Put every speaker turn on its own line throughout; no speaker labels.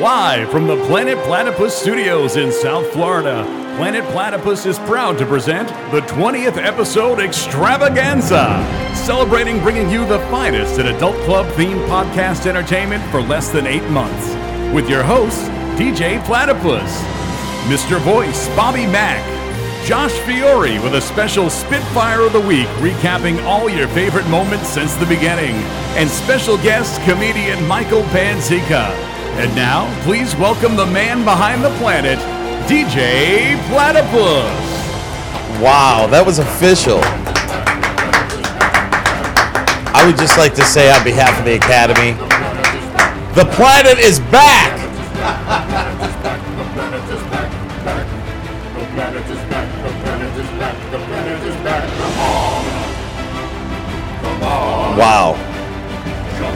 Live from the Planet Platypus Studios in South Florida, Planet Platypus is proud to present the 20th episode extravaganza, celebrating bringing you the finest in adult club themed podcast entertainment for less than eight months. With your hosts, DJ Platypus, Mr. Voice Bobby Mack, Josh Fiore with a special Spitfire of the Week recapping all your favorite moments since the beginning, and special guest comedian Michael Panzica. And now, please welcome the man behind the planet, DJ Platypus.
Wow, that was official. I would just like to say on behalf of the Academy, the planet is back. Wow.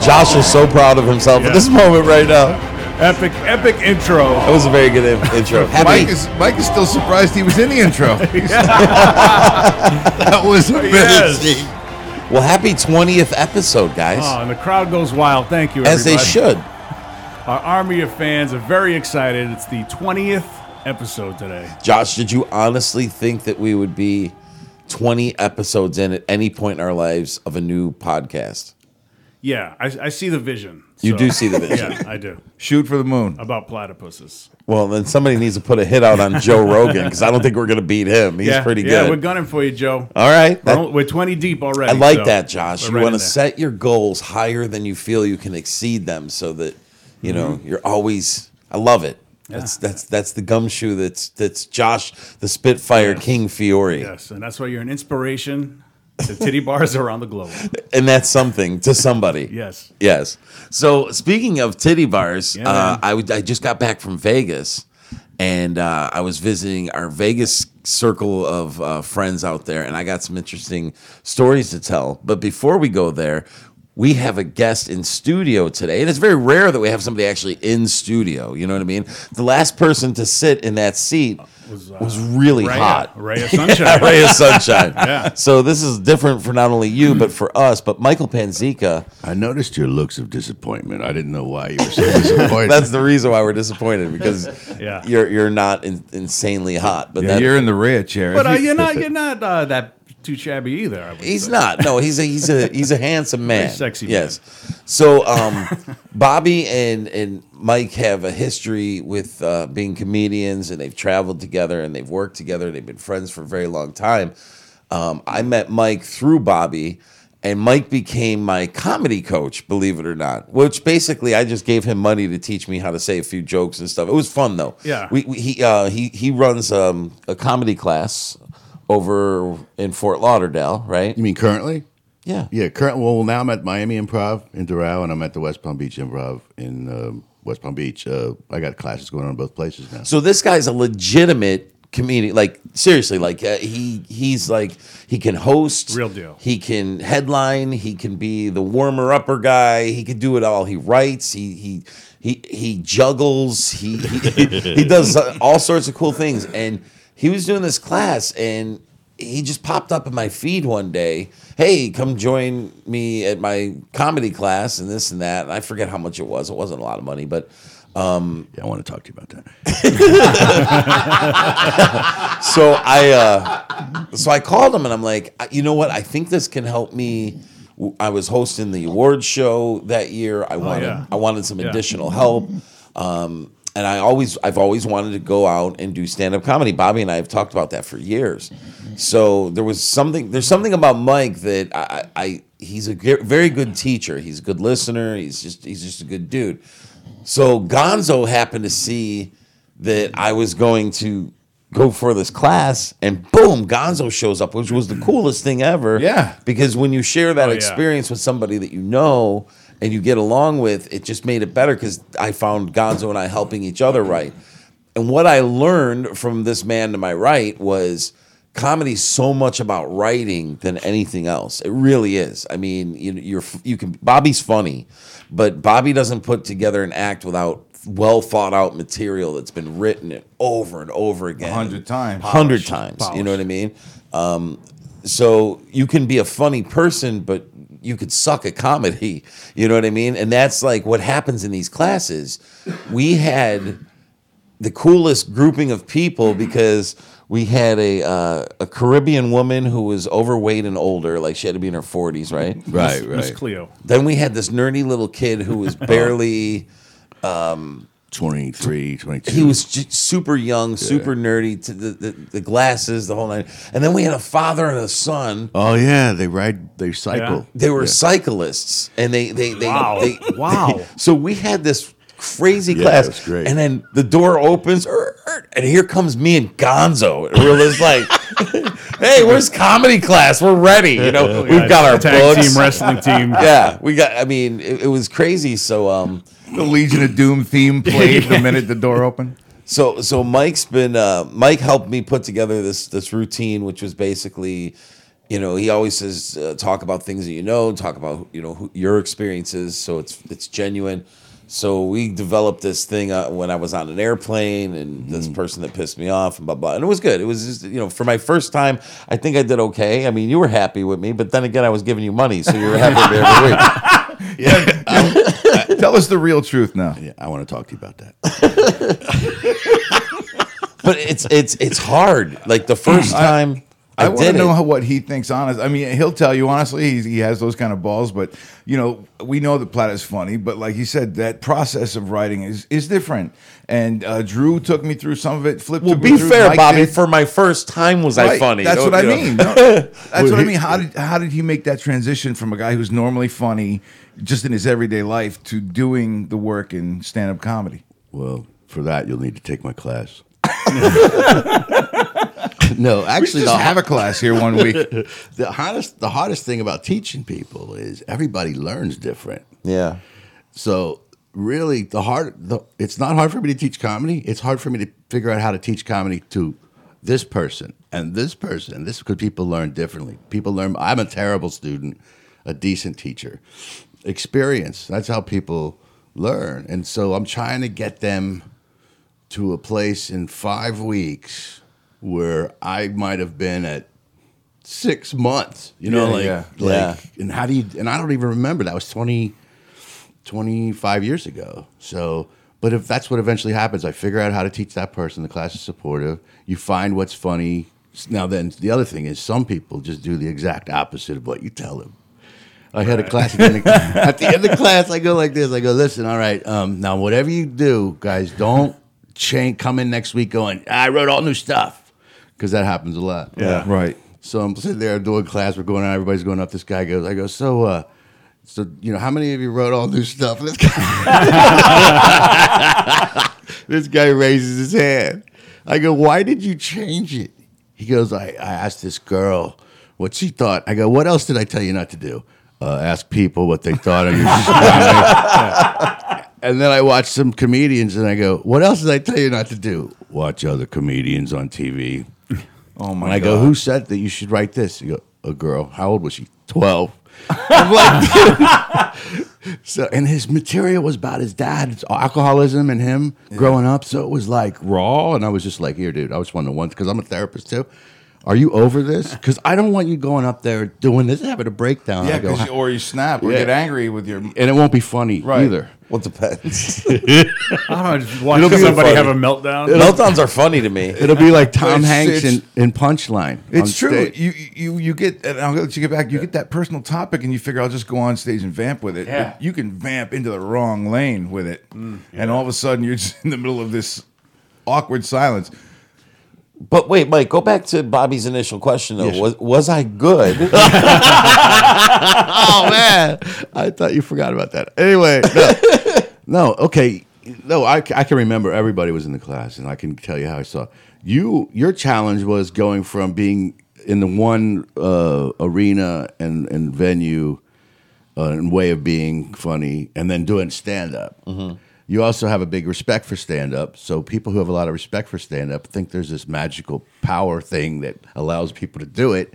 Josh is so proud of himself at this moment right now.
Epic, epic intro.
That was a very good in- intro.
Mike
Happy,
is Mike is still surprised he was in the intro. that was amazing.
Yes.
well, happy 20th episode, guys.
Oh, and the crowd goes wild. Thank you,
as they
everybody.
should.
Our army of fans are very excited. It's the 20th episode today.
Josh, did you honestly think that we would be 20 episodes in at any point in our lives of a new podcast?
Yeah, I, I see the vision.
You
so-
do see the vision.
Yeah, I do.
Shoot for the moon.
About platypuses.
Well, then somebody needs to put a hit out on Joe Rogan because I don't think we're going to beat him. He's
yeah,
pretty
yeah,
good.
we're gunning for you, Joe.
All right.
we're,
that-
only- we're 20 deep already.
I like
so
that, Josh.
we're
You
right
want
in
to
there.
set your goals higher than you feel you can exceed them so that, you know, you're always I love it. That's that's that's the gumshoe that's that's Josh the Spitfire King Fiore.
Yes, and that's why you're an inspiration to titty bars around the globe.
And that's something to somebody.
Yes.
Yes. So speaking of titty bars,
Yeah,
uh,
man.
I, would- I just got back from Vegas, and uh, I was visiting our Vegas circle of uh, friends out there, and I got some interesting stories to tell. But before we go there. We have a guest in studio today, and it's very rare that we have somebody actually in studio. You know what I mean? The last person to sit in that seat was,
uh,
really
Ray,
hot.
Ray of sunshine.
A ray of sunshine.
Yeah.
So this is different for not only you but for us. But Michael Panzica,
I noticed your looks of disappointment. I didn't know why you were so disappointed.
That's the reason why we're disappointed because
Yeah.
you're you're not in, insanely hot, but
yeah,
that,
you're in the red chair.
But uh,
If you-
you're not you're not uh, that too shabby either. I would
he's
say.
not. No, he's a he's a he's a handsome man.
sexy man.
Yes. So um, Bobby and and Mike have a history with uh, being comedians, and they've traveled together, and they've worked together. They've been friends for a very long time. Um, I met Mike through Bobby. And Mike became my comedy coach, believe it or not. Which basically, I just gave him money to teach me how to say a few jokes and stuff. It was fun though.
Yeah.
we, we, he uh, he he runs um, a comedy class over in Fort Lauderdale, right?
You mean currently?
Yeah.
Yeah, current. Well, now I'm at Miami Improv in Doral, and I'm at the West Palm Beach Improv in um, West Palm Beach. Uh, I got classes going on in both places now.
So this guy's a legitimate comedian. Like seriously, like uh, he he's like he can host,
Real deal.
He can headline. He can be the warmer upper guy. He can do it all. He writes. He he. He, he juggles. He, he he does all sorts of cool things, and he was doing this class, and he just popped up in my feed one day. Hey, come join me at my comedy class, and this and that. And I forget how much it was. It wasn't a lot of money, but
Yeah, I want to talk to you about that.
so I uh, so I called him and I'm like, "I- you know what? I think this can help me. W- I was hosting the awards show that year. I wanted
Oh, yeah.
I wanted some
Yeah.
additional help. Um, and I always I've always wanted to go out and do stand up comedy. Bobby and I have talked about that for years. So there was something there's something about Mike that I, I I- he's a ge- very good teacher. He's a good listener. He's just he's just a good dude. So Gonzo happened to see that I was going to go for this class, and boom, Gonzo shows up, which was the coolest thing ever.
Yeah.
Because when you share that
yeah.
experience with somebody that you know and you get along with, it just made it better because I found Gonzo and I helping each other write. And what I learned from this man to my right was comedy's so much about writing than anything else. It really is. I mean, you you're you can Bobby's funny, but Bobby doesn't put together an act without well thought out material that's been written over and over again.
100 times.
hundred times. You know what I mean? Um, so you can be a funny person, but you could suck at comedy. You know what I mean? And that's like what happens in these classes. We had the coolest grouping of people because we had a uh, a Caribbean woman who was overweight and older, like she had to be in her forties, right?
Right,
Miss
right.
Cleo.
Then we had this nerdy little kid who was barely.
23, 22.
He was j- super young, super nerdy. To the, the the glasses, the whole nine. And then we had a father and a son.
Oh yeah, they ride, they cycle.
They were cyclists, and they they they,
Wow.
they
Wow.
so we had this crazy
Yeah,
class,
it was great.
and then the door opens, er, er, and here comes me and Gonzo. And we're just like, "Hey, where's comedy class? We're ready." You know, we've got our
tag
books.
team wrestling team.
Yeah, we got. I mean, it, it was crazy. So, um,
The Legion of Doom theme played the minute the door opened.
so, so Mike's been. Uh, Mike helped me put together this this routine, which was basically, you know, he always says, uh, "Talk about things that you know. Talk about you know who, your experiences." So it's it's genuine. So we developed this thing uh, when I was on an airplane, and
Mm-hmm.
this person that pissed me off, and blah blah, and it was good. It was just you know for my first time, I think I did okay. I mean, you were happy with me, but then again, I was giving you money, so you were happy with me every week.
Tell us the real truth now.
Yeah, I want to talk to you about that.
but it's it's it's hard. Like the first time I,
I, want to
did
know
it,
how, what he thinks. Honest, I mean, he'll tell you honestly. He's, he has those kind of balls, but you know, we know that Platt is funny. But like he said, that process of writing is is different. And uh, Drew took me through some of it. Flip.
well,
took me
be
through,
fair,
Mike
Bobby.
did.
For my first time, was I
Right,
funny?
That's
Don't-
what I
you know?
mean. No, that's what I
he-
mean. How did how did he make that transition from a guy who's normally funny, just in his everyday life, to doing the work in stand up comedy?
Well, for that you'll need to take my class. no, actually,
Just
the,
have a class here one week.
the hardest the hardest thing about teaching people is everybody learns different.
Yeah.
So really, the hard the, it's not hard for me to teach comedy. It's hard for me to figure out how to teach comedy to this person and this person. And this because people learn differently. People learn. I'm a terrible student, a decent teacher. Experience. That's how people learn. And so I'm trying to get them to a place in five weeks where I might have been at six months. You know,
Yeah,
like
yeah,
like.
yeah.
And how do you? And I don't even remember. That was twenty. 25 years ago. So, but if that's what eventually happens, I figure out how to teach that person. The class is supportive. You find what's funny. Now, then, the other thing is some people just do the exact opposite of what you tell them. I had a class at the, end of, at the end of class. I go like this. I go, listen, all right. Um, now, whatever you do, guys, don't change. Come in next week going, I wrote all new stuff because that happens a lot.
Yeah.
Right.
So I'm sitting there doing class. We're going on. Everybody's going up. This guy goes. I go. So, uh, so you know, how many of you wrote all new stuff? This guy, this guy raises his hand. I go. Why did you change it? He goes. I, I asked this girl what she thought. I go. What else did I tell you not to do? Uh, ask people what they thought of you. And then I watch some comedians, and I go, "What else did I tell you not to do? Watch other comedians on TV.
Oh my
And I
god.
go, who said that you should write this? You go, a girl. How old was she? Twelve. I'm like, dude. so, and his material was about his dad's alcoholism and him growing up. So it was like raw, and I was just like, here, dude. I was one to one because I'm a therapist too. Are you over this? Because I don't want you going up there doing this, having a breakdown. I
Yeah,
go,
'cause you- or you snap or
Yeah.
get angry with your.
and it won't be funny
Right.
either.
Well, it depends.
I don't know, just watch
It'll be
somebody have
funny.
a meltdown.
Meltdowns are funny to me.
It'll be like Tom
It's-
Hanks
it's-
in, in Punchline.
It's
on
true.
stage.
You you you get, and I'll let you get back. You get that personal topic, and you figure I'll just go on stage and vamp with it. But
Yeah.
You can vamp into the wrong lane with it, and all of a sudden you're just in the middle of this awkward silence.
But wait, Mike, go back to Bobby's initial question though. Was was I good?
oh man, I thought you forgot about that. Anyway, no, no okay, no, I, I can remember everybody was in the class, and I can tell you how I saw you. Your challenge was going from being in the one uh, arena and and venue uh, and way of being funny, and then doing stand up. You also have a big respect for stand up. So, people who have a lot of respect for stand up think there's this magical power thing that allows people to do it,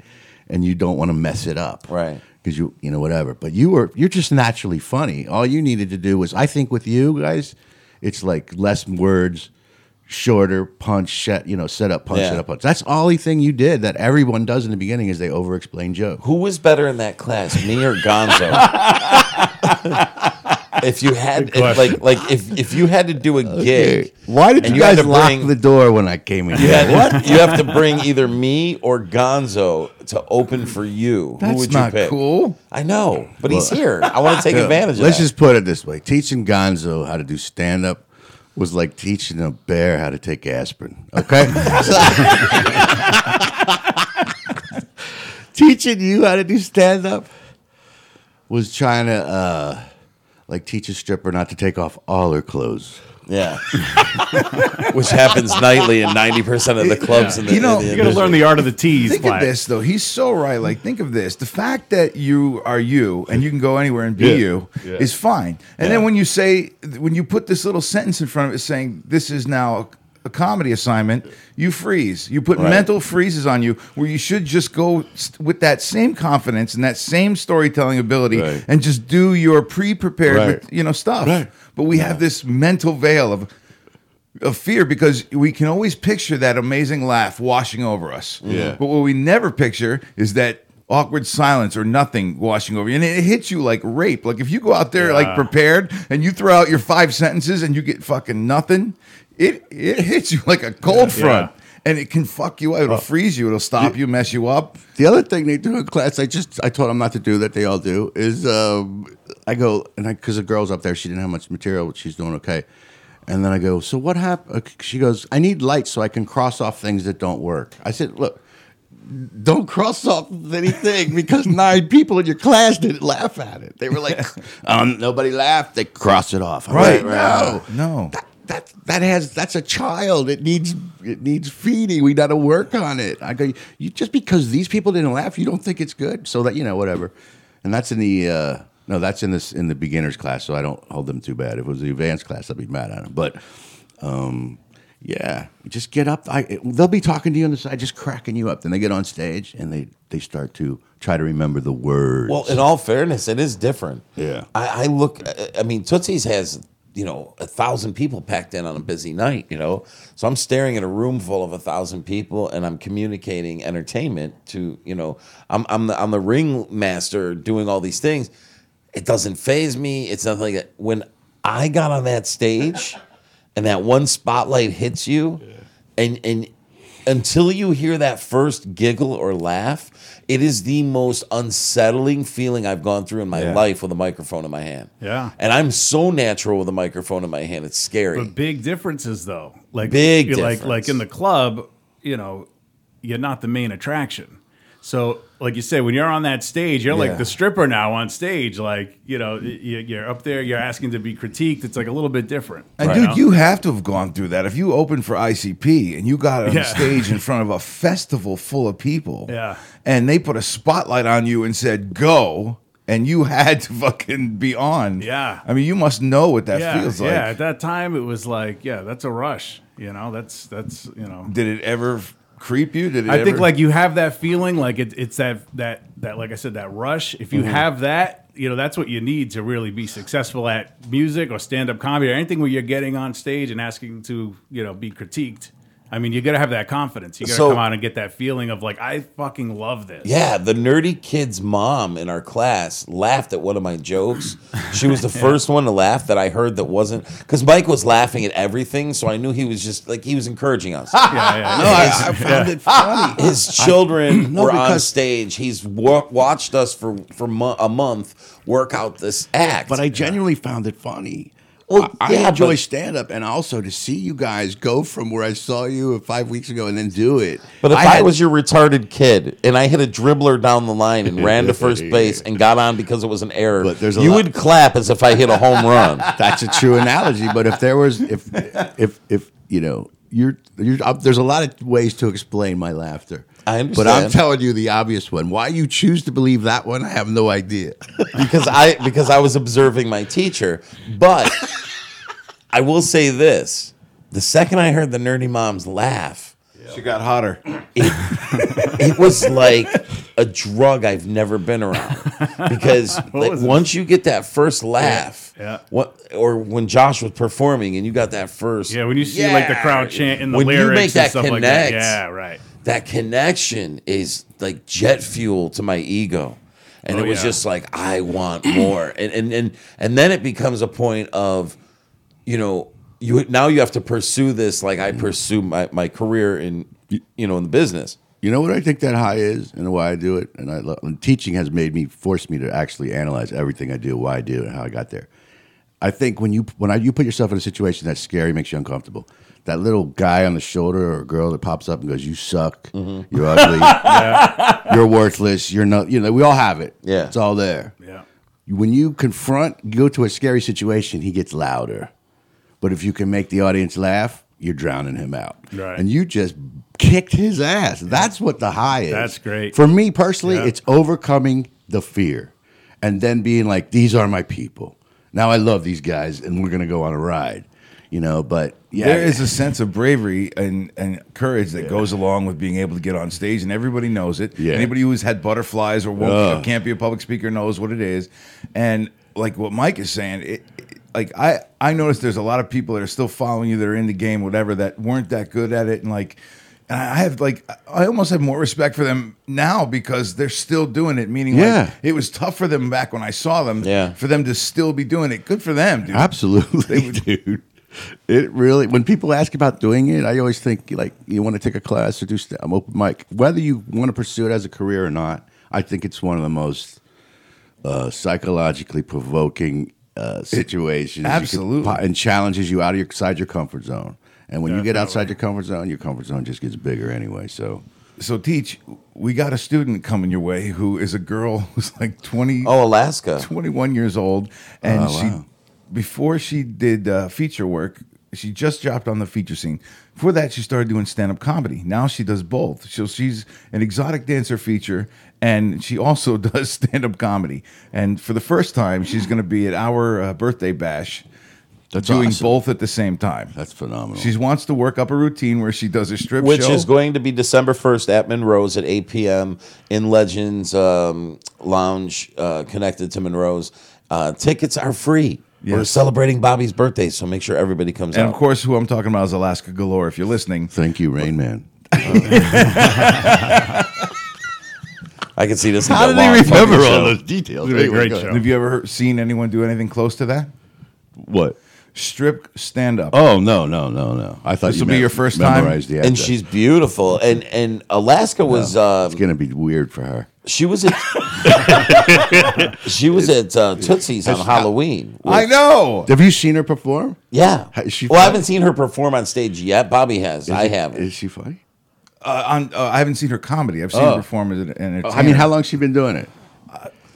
and you don't want to mess it up
Right.
because you you know whatever. But you were you're just naturally funny. All you needed to do was I think with you guys, it's like less words, shorter punch, set, you know, set up punch,
Yeah.
set up punch. That's the only thing you did that everyone does in the beginning is they over explain jokes.
Who was better in that class, me or Gonzo? if you had if, like like if if you had to do a gig,
Why did
And
you,
you had
guys
to
lock
bring-
the door when I came in?
you,
here?
had, you have to bring either me or Gonzo to open for you. Who
That's
would
not
you pick?
cool.
I know, but he's here. I want to take advantage of
Let's
that.
just put it this way: teaching Gonzo how to do stand up was like teaching a bear how to take aspirin. Okay. teaching you how to do stand up was trying to uh, like teach a stripper not to take off all her clothes.
yeah. Which happens nightly in 90% of the clubs in the
You know,
in the
you
You got to
industry.
learn the art of the tease.
Think
Platt.
of this though. He's so right. Like, think of this. The fact that you are you and you can go anywhere and be you is fine. And then when you say when you put this little sentence in front of it saying this is now a, a comedy assignment, you freeze. You put
Right.
mental freezes on you where you should just go st- with that same confidence and that same storytelling ability
Right.
and just do your pre-prepared
Right.
you know stuff.
Right.
But we have this mental veil of of fear because we can always picture that amazing laugh washing over us. Mm-hmm.
Yeah.
But what we never picture is that awkward silence or nothing washing over you. And it hits you like rape. Like if you go out there like prepared and you throw out your five sentences and you get fucking nothing, it it hits you like a cold front. And it can fuck you up. It'll freeze you. It'll stop you, mess you up.
The other thing they do in class, I just I told them not to do that. They all do is um, I go and I because the girl's up there, she didn't have much material, but she's doing okay. And then I go, so what happened? She goes, I need lights so I can cross off things that don't work. I said, look, don't cross off anything because nine people in your class didn't laugh at it. They were like, um, nobody laughed. They cross it off. I'm
Right,
like,
right.
No,
No.
That, that that has that's a child. It needs it needs feeding. We got to work on it. I go. You just because these people didn't laugh, you don't think it's good. So that you know whatever. And that's in the uh, no, that's in this in the beginners class. So I don't hold them too bad. If it was the advanced class, I'd be mad at them. But um, yeah, just get up. I, it- they'll be talking to you on the side, just cracking you up. Then they get on stage and they they start to try to remember the words.
Well, in all fairness, it is different.
Yeah.
I, I look. I- I mean, Tootsie's has you know a thousand people packed in on a busy night. You know, so I'm staring at a room full of a thousand people, and I'm communicating entertainment to you know. I'm I'm the I'm the ringmaster doing all these things. It doesn't phase me. It's nothing like that. When I got on that stage, and that one spotlight hits you, and and until you hear that first giggle or laugh, it is the most unsettling feeling I've gone through in my life with a microphone in my hand.
Yeah.
And I'm so natural with a microphone in my hand. It's scary.
But big differences though. Like
Big
you're like
difference.
like in the club, you know, you're not the main attraction. So like you say, when you're on that stage, you're
Yeah.
like the stripper now on stage. Like you know, y- you- you're up there, you're asking to be critiqued. It's like a little bit different.
And
right?
dude,
know?
you have to have gone through that. If you opened for ICP and you got on
Yeah.
stage in front of a festival full of people,
Yeah.
and they put a spotlight on you and said go, and you had to fucking be on.
Yeah.
I mean, you must know what that
yeah,
feels
yeah.
like.
At that time, it was like, yeah, that's a rush. You know, that's that's you know.
Did it ever f- creep you? Did it
I think
ever-
like you have that feeling, like it, it's that that that like I said, that rush. If you
Mm-hmm.
have that, you know that's what you need to really be successful at music or stand up comedy or anything where you're getting on stage and asking to you know be critiqued. I mean, you gotta have that confidence. You gotta
So-
come out and get that feeling of like I fucking love this.
Yeah, the nerdy kid's mom in our class laughed at one of my jokes. She was the first one to laugh that I heard that wasn't because Mike was laughing at everything, so I knew he was just like he was encouraging
Ah!
us.
yeah, yeah.
no, I, I found it funny.
His children
No,
were on
because-
stage. He's wa- watched us for for mo- a month work out this act.
but I genuinely found it funny.
Well,
I, I
Oh, yeah,
enjoy
but-
stand up, and also to see you guys go from where I saw you five weeks ago and then do it.
But if I,
had-
was your retarded kid and I hit a dribbler down the line and ran to first base and got on because it was an error,
But there's a
you
lot-
would clap as if I hit a home run.
that's a true analogy. But if there was, if if if you know, you're you're uh, there's a lot of ways to explain my laughter.
I
But I'm
understand.
telling you the obvious one. Why you choose to believe that one, I have no idea.
because I because I was observing my teacher. But I will say this: the second I heard the nerdy moms laugh,
she got hotter.
it was like a drug I've never been around because like, once you get that first laugh,
yeah.
What or when Josh was performing and you got that first,
Yeah, when you see like the
Yeah.
crowd chanting the
When you
lyrics
make
and
that
stuff like that.
connect,
Yeah, right.
that connection is like jet fuel to my ego. And
Oh,
it was
yeah.
just like I want more. And and and and then it becomes a point of, you know, you now you have to pursue this like I pursue my, my career in you know in the business.
You know what I think that high is, and why I do it, and I love and teaching has made me force me to actually analyze everything I do, why I do, it, and how I got there. I think when you when I, you put yourself in a situation that's scary, makes you uncomfortable. That little guy on the shoulder or girl that pops up and goes, "You suck, you're ugly, you're worthless, you're not," you know, we all have it.
Yeah.
it's all there.
Yeah.
When you confront, you go to a scary situation, he gets louder. But if you can make the audience laugh, you're drowning him out.
Right.
And you just kicked his ass. That's what the high is.
That's great.
For me personally,
Yeah.
it's overcoming the fear and then being like, these are my people. Now I love these guys and we're going to go on a ride, you know, but yeah.
There is a sense of bravery and, and courage that goes along with being able to get on stage, and everybody knows it.
Yeah.
Anybody who's had butterflies or won't,
Ugh.
can't be a public speaker knows what it is. And like what Mike is saying, it, it- like I I noticed there's a lot of people that are still following you that are in the game, whatever, that weren't that good at it, and like. And I have like I almost have more respect for them now because they're still doing it. Meaning,
Yeah.
like it was tough for them back when I saw them.
Yeah.
For them to still be doing it, good for them, dude.
Absolutely, dude. It really. When people ask about doing it, I always think like you want to take a class or do st- I'm open mic. Whether you want to pursue it as a career or not, I think it's one of the most uh, psychologically provoking uh, situations. you could
absolutely.
po- and challenges you out of your outside your comfort zone. And when you get outside your comfort zone, your comfort zone just gets bigger anyway. So
so teach we got a student coming your way who is a girl who's like 20
Oh, Alaska.
21 years old and
Oh,
she
wow.
before she did uh, feature work she just dropped on the feature scene before that she started doing stand-up comedy now she does both so she's an exotic dancer feature and she also does stand-up comedy and for the first time she's going to be at our uh, birthday bash
That's
doing
awesome.
both at the same time
that's phenomenal.
she wants to work up a routine where she does a strip
which
show.
is going to be December 1st at Monroe's at 8 p.m. in Legends um, Lounge, uh, connected to Monroe's. Uh, tickets are free. We're
Yes.
celebrating Bobby's birthday, so make sure everybody comes
and
out.
of course who i'm talking about is alaska galore if you're listening
Thank you, Rain Man.
I can see this. is
How
a
did they
long fucking
remember
show.
all those details?
It'll be a
Anyway,
great
go
show.
ahead.
Have you ever heard, seen anyone do anything close to that?
What?
Strip stand up.
Oh no no no no! I thought
This
you
will be
meant
your first time?
memorize The
And
address.
she's beautiful. And and Alaska was uh,
It's gonna be weird for her.
she was at she was at uh, Tootsie's on Halloween.
I know.
Have you seen her perform?
Yeah.
Is she
well, I
fun?
haven't seen her perform on stage yet. Bobby has. I haven't.
Is she funny?
Uh, on, uh, I haven't seen her comedy. I've seen
Oh.
her perform as an entertainer.
I mean, how long she been doing it?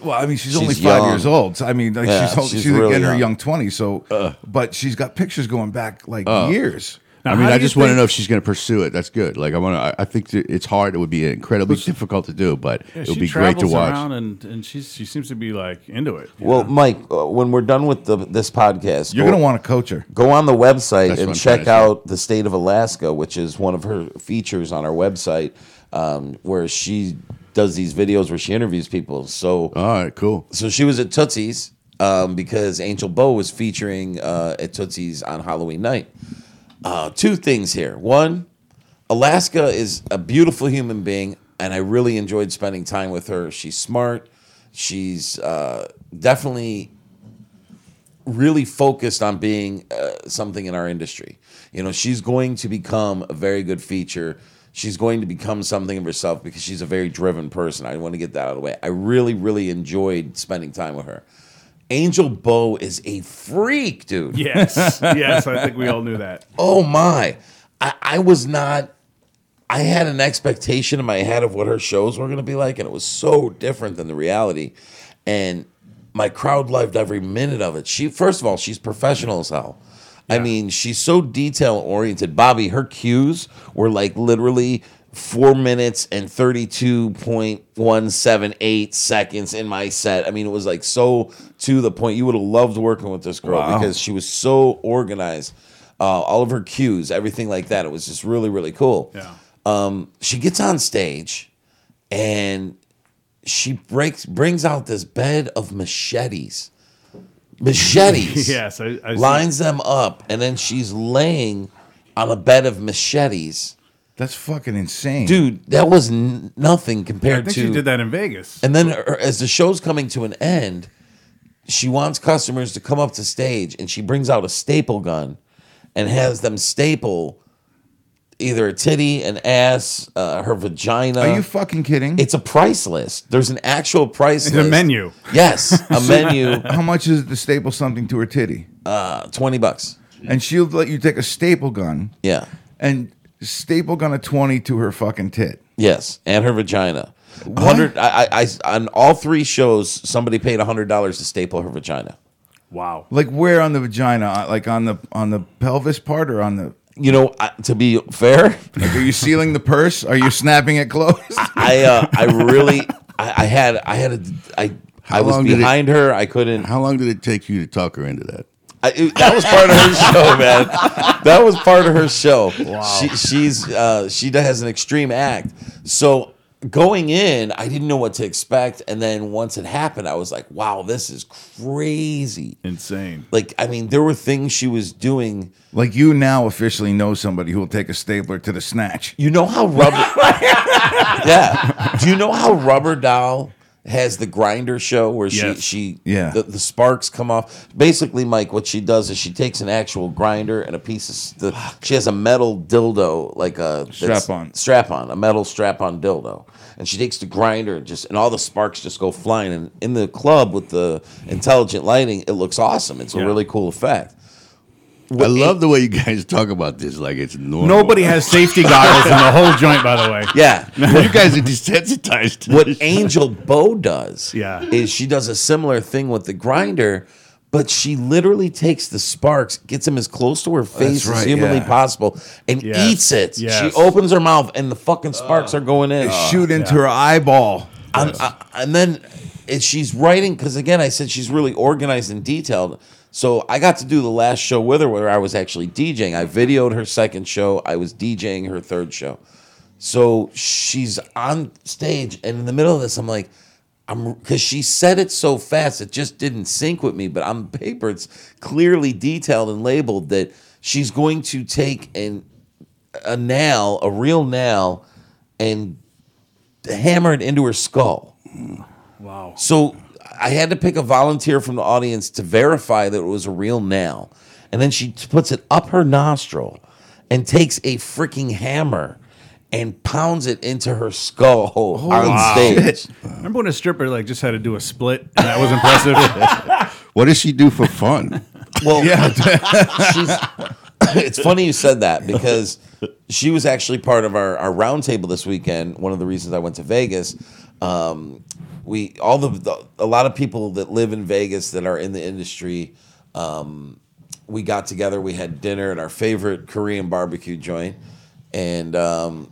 Well, I mean, she's,
She's
only five
young.
years old. So, I mean, like,
Yeah,
she's, old-
she's
she's like,
really
in her
young.
young twenties. So, but she's got pictures going back like years.
Now,
I mean,
how do
I
you
just want to
think-
know if she's going to pursue it. That's good. Like, I want to. I think that it's hard. It would be incredibly difficult to do, but it would
she
be great to
travels
watch.
around and, and she's, she seems to be like into it. you
Well,
know?
Mike, uh, when we're done with the, this podcast,
You're
go-
gonna want to coach her.
go on the website
That's what
and
I'm
check
trying to
out the state of Alaska, which is one of her features on our website, um, where she does these videos where she interviews people. So,
All right, cool.
so she was at Tootsie's um, because Angel Bo was featuring uh, at Tootsie's on Halloween night. Uh, two things here. One, Alaska is a beautiful human being, and I really enjoyed spending time with her. She's smart. She's uh, definitely really focused on being uh, something in our industry. You know, she's going to become a very good feature. She's going to become something of herself because she's a very driven person. I want to get that out of the way. I really, really enjoyed spending time with her. Angel Bo is a freak, dude.
yes, yes, I think we all knew that.
Oh my. I, I was not I had an expectation in my head of what her shows were gonna be like, and it was so different than the reality. And my crowd loved every minute of it. She first of all, she's professional as hell. I mean, she's so detail oriented. Bobby, her cues were like literally four minutes and 32.178 seconds in my set. I mean, it was like so to the point. You would have loved working with this girl because she was so organized. Uh, all of her cues, everything like that. It was just really, really cool
Yeah.
um, she gets on stage and she breaks brings out this bed of machetes. Machetes.
Yes, I- I see.
lines them up, and then she's laying on a bed of machetes.
That's fucking insane,
Dude, that was n- nothing
I
compared
think
to
she did that in Vegas.
and then her, as the show's coming to an end, she wants customers to come up to stage and she brings out a staple gun and has them staple either a titty, an ass, uh, her vagina.
Are you fucking kidding?
it's a price list. There's an actual price
It's a
list.
menu.
Yes, a menu,
How much is it to staple something to her titty?
uh, 20 bucks.
And she'll let you take a staple gun
Yeah.
and staple gun a twenty to her fucking tit.
Yes, and her vagina. 100 I, I, I on all three shows somebody paid $100 to staple her vagina.
Wow.
Like where on the vagina? Like on the on the pelvis part or on the?
You know, I, to be fair,
Like are you sealing the purse? Are you snapping it closed?
I uh, I really I, I had I had a I I was
long did it-
behind her. I couldn't.
How long did it take you to talk her into that?
I, it- that was part of her show, man. That was part of her show. She, she's uh, she has an extreme act. So going in, I didn't know what to expect, and then once it happened, I was like, "Wow, this is crazy!"
Insane.
Like, I mean, there were things she was doing.
Like you now officially know somebody who will take a stapler to the snatch.
You know how rubber? yeah. Do you know how Rubber Doll has the grinder show where she
Yes.
she
Yeah.
the, the sparks come off? Basically, Mike, what she does is she takes an actual grinder and a piece of s- the, she has a metal dildo like a
Strap-on.
strap on a metal strap on dildo. And she takes the grinder and just and all the sparks just go flying. And in the club with the intelligent lighting, it looks awesome. It's a
Yeah.
really cool effect.
I love the way you guys talk about this like it's normal.
Nobody has safety goggles in the whole joint, by the way.
Yeah.
you guys are desensitized. To
what
this.
Angel Bo does
Yeah.
is she does a similar thing with the grinder, but she literally takes the sparks, gets them as close to her face as
right,
humanly
yeah.
possible, and
Yes,
eats it.
yes.
She opens her mouth, and the fucking sparks are going in.
Shoot into her eyeball.
I'm- I- and then and she's writing because again, I said she's really organized and detailed. So I got to do the last show with her where I was actually DJing. I videoed her second show. I was DJing her third show. So she's on stage, and in the middle of this, I'm like, I'm because she said it so fast, it just didn't sync with me. But on paper, it's clearly detailed and labeled that she's going to take an a nail, a real nail, and hammer it into her skull.
Wow.
So I had to pick a volunteer from the audience to verify that it was a real nail. And then she t- puts it up her nostril and takes a freaking hammer and pounds it into her skull on stage.
Remember when a stripper like just had to do a split and that was impressive?
What does she do for fun?
Well, she's, it's funny you said that because she was actually part of our, our roundtable this weekend. One of the reasons I went to Vegas, um, we all the, the a lot of people that live in Vegas that are in the industry. Um, we got together. We had dinner at our favorite Korean barbecue joint, and um,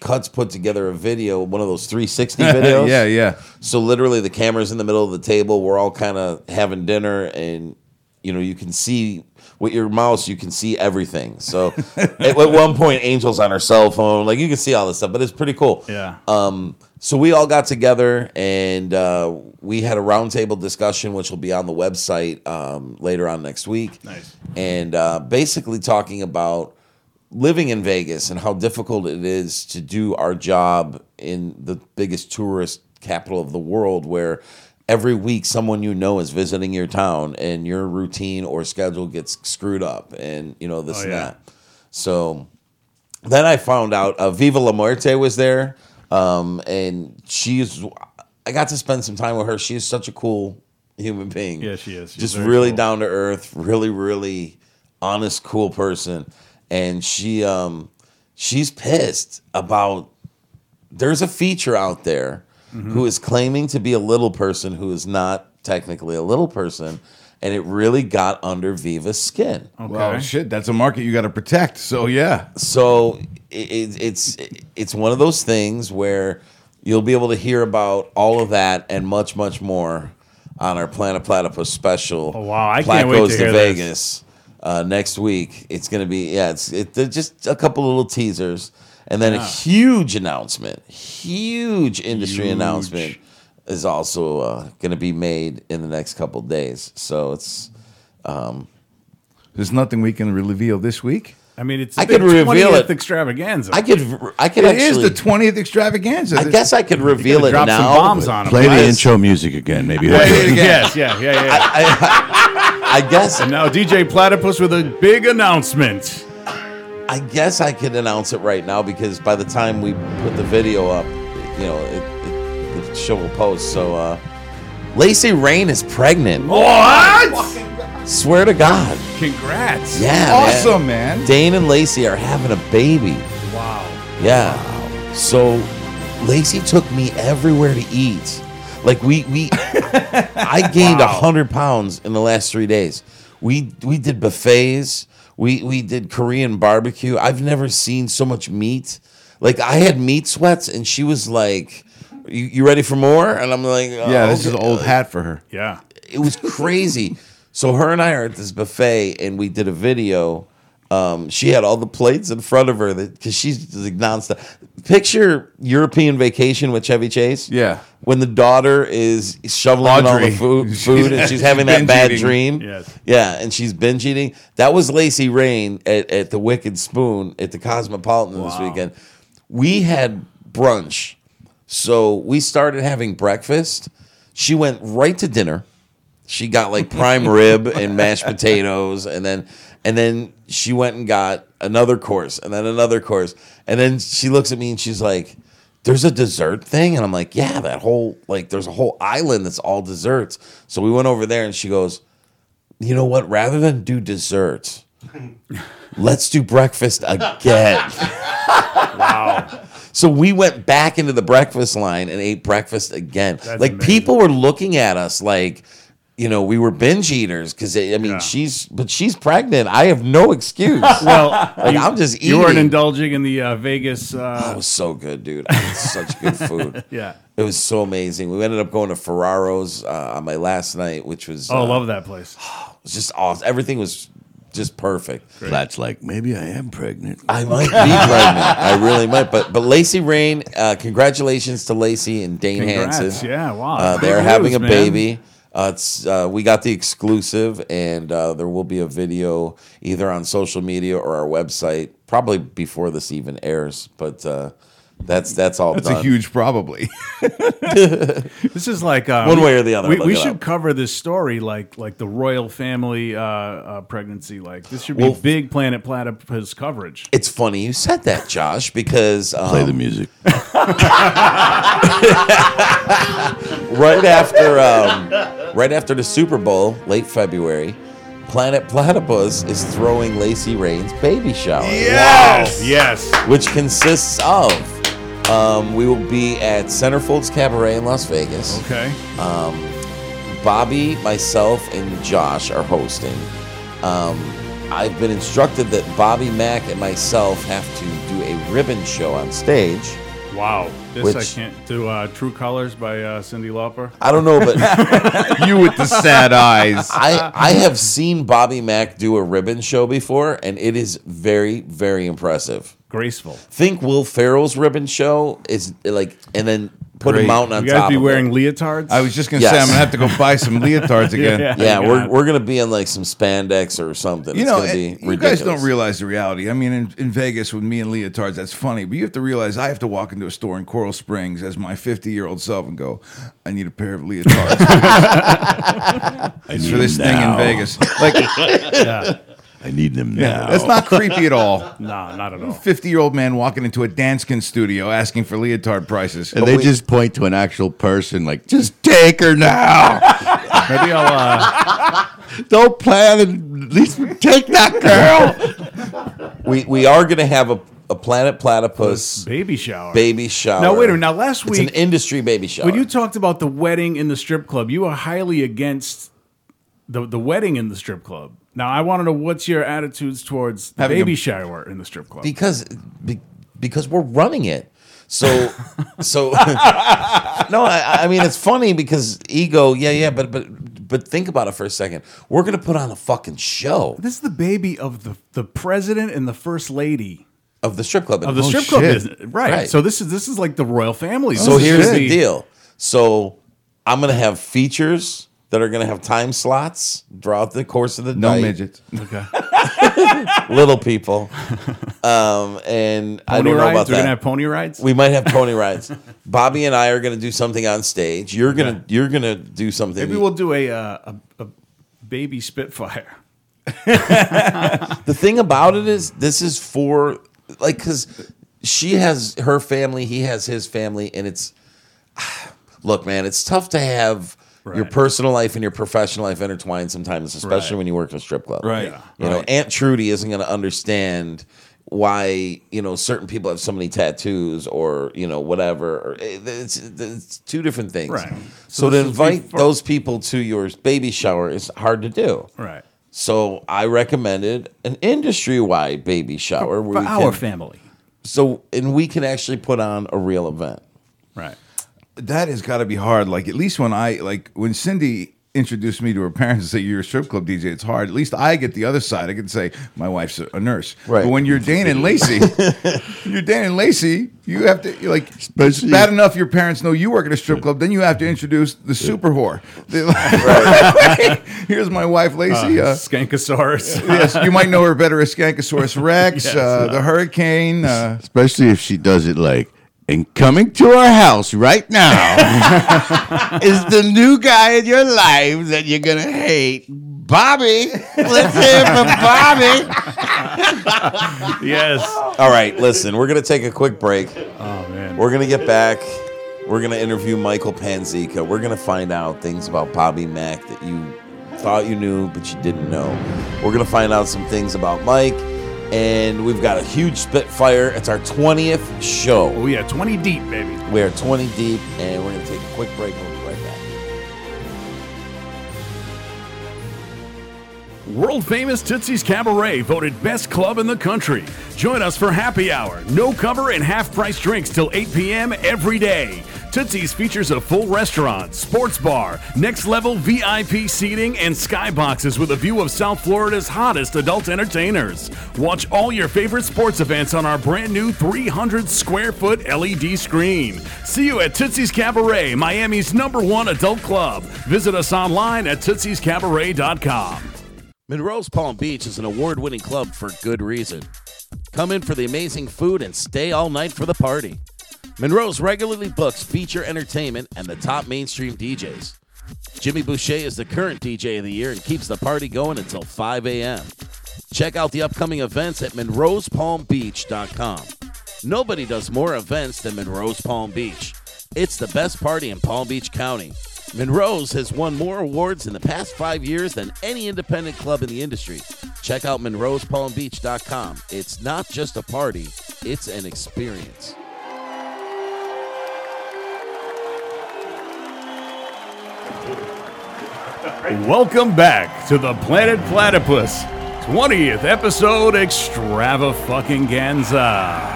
Cuts put together a video, one of those 360 videos.
Yeah, yeah.
So literally, the camera's in the middle of the table. We're all kind of having dinner, and you know, you can see with your mouse, you can see everything. So at, at one point, Angel's on her cell phone, like you can see all this stuff, but it's pretty cool.
yeah.
Um, so we all got together and uh, we had a roundtable discussion, which will be on the website um, later on next week.
Nice.
And uh, basically talking about living in Vegas and how difficult it is to do our job in the biggest tourist capital of the world, where every week someone you know is visiting your town and your routine or schedule gets screwed up, and you know this
Oh,
and
yeah.
that. So then I found out uh, Viva La Muerte was there, um, and she's. I got to spend some time with her. She is such a cool human being.
Yeah, she is. She's
Just
very
really
cool.
down to earth, really, really honest, cool person. And she, um, she's pissed about. There's a feature out there
Mm-hmm.
who is claiming to be a little person who is not technically a little person, and it really got under Viva's skin.
Oh,
Well, shit, that's a market you got to protect. So yeah,
so it, it, it's it's one of those things where you'll be able to hear about all of that and much much more on our Planet Platypus special.
Oh, wow. I can't wait to
Goes
hear this.
Vegas uh, next week. It's gonna be yeah. It's it, there's just a couple little teasers and then a huge announcement, huge industry announcement is also uh, going to be made in the next couple days. So it's
There's nothing we can reveal this week.
I mean, it's
I
I
could reveal it.
extravaganza.
I could I could
It is
actually
the 20th extravaganza.
I guess I could reveal it
drop
now.
some bombs
but-
on him.
Play the
Nice.
intro music again, maybe.
yes, yeah, yeah, yeah.
I guess
now DJ Platypus with a big announcement.
I guess I could announce it right now because by the time we put the video up, you know, it, it, the show will post. So, uh, Lacey Rain is pregnant.
Oh. What?
Swear to God.
Congrats.
Yeah.
awesome, man.
Dane and Lacey are having a baby.
Wow.
Yeah. So Lacey took me everywhere to eat. Like we we I gained a hundred pounds in the last three days. We we did buffets. We we did Korean barbecue. I've never seen so much meat. Like I had meat sweats, and she was like, "You, you ready for more?" And I'm like, "Oh,
Yeah, this
okay."
is old hat for her.
Yeah.
it was crazy. so her and I are at this buffet, and we did a video. Um, she had all the plates in front of her that because she's like nonstop. Picture European vacation with Chevy Chase.
Yeah.
when the daughter is shoveling in all
Audrey.
the food, food, and she's
She's
having that
binge
bad
eating.
dream.
Yes.
yeah, and she's binge eating. That was Lacey Rain at, at the Wicked Spoon at the Cosmopolitan this weekend. We had brunch, so we started having breakfast. She went right to dinner she got like prime rib and mashed potatoes and then and then she went and got another course and then another course and then she looks at me and she's like there's a dessert thing and i'm like yeah that whole like there's a whole island that's all desserts so we went over there and she goes you know what rather than do desserts let's do breakfast again so we went back into the breakfast line and ate breakfast again. like
amazing.
people were looking at us like, you know, we were binge eaters because I mean, she's but she's pregnant. I have no excuse. like
Well,
I'm just eating.
you weren't indulging in the uh, Vegas.
That
Uh,
was so good, dude. I had such good food.
yeah.
It was so amazing. We ended up going to Ferraro's uh, on my last night, which was
Oh,
uh,
love that place.
was just awesome. Everything was just perfect.
Platt's like, maybe I am pregnant.
I might be pregnant. I really might. But but Lacey Rain, uh, congratulations to Lacey and Dane
Congrats.
Hansen.
Yeah. Wow.
Uh,
Big
they're having
news,
a
man.
baby. Uh, it's, uh, we got the exclusive, and uh, there will be a video either on social media or our website, probably before this even airs. But uh, that's that's all
That's
done.
a huge probably.
This is like um,
One way or the other,
We,
look
we
it
should
up.
cover this story like like the royal family uh, uh, pregnancy. Like this should be
Well-
big Planet Platypus coverage.
it's funny you said that, Josh, because um,
Play the music.
right after um, right after the Super Bowl, late February, Planet Platypus is throwing Lacey Rain's baby shower.
Yes. Yes.
which consists of um, we will be at Centerfold's Cabaret in Las Vegas.
Okay.
Bobby, myself, and Josh are hosting. Um, I've been instructed that Bobby Mack and myself have to do a ribbon show on stage.
Wow. This I
Which-
can't do. Uh, True Colors by uh, Cindy Lauper.
I don't know, but
you with the sad eyes.
I, I have seen Bobby Mack do a ribbon show before, and it is very, very impressive.
Graceful.
Think Will Ferrell's ribbon show is like, and then put a
Great.
mountain on
you
top
guys be
of it.
wearing leotards.
I was just gonna
Yes.
say I'm gonna have to go buy some leotards again.
Yeah.
Yeah,
Thank
we're,
God.
we're gonna be in like some spandex or something.
You
it's
know,
gonna be
and you
ridiculous.
guys don't realize the reality. I mean, in, in Vegas with me and leotards, that's funny. But you have to realize I have to walk into a store in Coral Springs as my 50 year old self and go, "I need a pair of leotards
need
for this
them
thing in
now.
Vegas." Like, uh,
yeah.
I need them now.
that's not creepy at all.
No, not at all.
50 year old man walking into a Danskin studio asking for leotard prices.
and they just point to an actual person, like, just take her now.
Maybe I'll. Uh,
Don't plan and at least take that girl.
we we are gonna have a, a Planet Platypus
baby shower.
baby shower.
Now wait a minute. Now last
it's an
week
industry baby shower.
when you talked about the wedding in the strip club, you are highly against the the wedding in the strip club. Now I want to know what's your attitudes towards the
Having a-
baby shower in the strip club.
because be, because we're running it. So so no, I, I mean it's funny because ego. Yeah, yeah, but but but think about it for a second. We're gonna put on a fucking show
this is the baby of the the president and the first lady
of the strip club.
of the
Oh,
strip club
shit.
business, right.
Right. Oh,
So this is this is like the royal family.
So
This is
here's
the-
the deal. So I'm gonna have features that are gonna have time slots throughout the course of the
No
night.
midgets.
Okay.
little people, um, and I
Pony
don't know
rides?
about
We're
that.
gonna have pony rides.
we might have pony rides. Bobby and I are gonna do something on stage. You're gonna you're gonna do something.
Maybe we'll do a, uh, a a baby Spitfire.
the thing about it is this is for like because she has her family he has his family and it's look man it's tough to have your
Right.
personal life and your professional life intertwined sometimes especially when you work in a strip club
Right. Yeah.
you know aunt trudy isn't going to understand why you know certain people have so many tattoos or you know whatever or eh, it's, it's two different things
Right.
so,
So
to
this is
invite
before-
those people to your baby shower is hard to do
Right.
so I recommended an industry-wide baby shower where
For
we can,
our family.
so and we can actually put on a real event.
Right.
That has got to be hard. Like at least when I like when Cindy introduced me to her parents and say you're a strip club DJ, it's hard. At least I get the other side. I can say my wife's a a nurse.
Right.
But when you're Dane and Lacey, you're Dane and Lacey. You have to you're like. It's
Especially
bad enough your parents know you work at a strip club, then you have to introduce the super whore. They're like, Here's my wife, Lacey.
Uh-huh.
Uh,
Skankosaurus.
yes, you might know her better as Skankosaurus Rex,
Yes,
uh,
uh,
the Hurricane. Uh,
especially if she does it like and coming to our house right now is the new guy in your life that you're gonna hate, Bobby. Let's hear from Bobby.
Yes.
All right, listen, we're gonna take a quick break.
Oh man.
We're gonna get back. We're gonna interview Michael Panzica. We're gonna find out things about Bobby Mack that you thought you knew but you didn't know. We're gonna find out some things about Mike, and we've got a huge Spitfire. It's our twentieth
Oh
show.
yeah, twenty deep, baby.
We are twenty deep, and we're gonna take a quick break. We'll be right back.
World famous Tootsie's Cabaret voted best club in the country. Join us for happy hour, no cover, and half price drinks till 8 p.m. every day. Tootsie's features a full restaurant, sports bar, next level VIP seating, and skyboxes with a view of South Florida's hottest adult entertainers. Watch all your favorite sports events on our brand new 300 square foot LED screen. See you at Tootsie's Cabaret, Miami's number one adult club. Visit us online at tootsiescabaret.com.
Monroe's Palm Beach is an award winning club for good reason. Come in for the amazing food and stay all night for the party. Monroe's regularly books feature entertainment and the top mainstream DJs. Jimmy Boucher is the current DJ of the year and keeps the party going until 5 a.m. Check out the upcoming events at monroespalmbeach.com. Nobody does more events than Monroe's Palm Beach. It's the best party in Palm Beach County. Monroe's has won more awards in the past five years than any independent club in the industry. Check out monroespalmbeach.com. It's not just a party, it's an experience.
Welcome back to the Planet Platypus 20th episode extrava fucking ganza.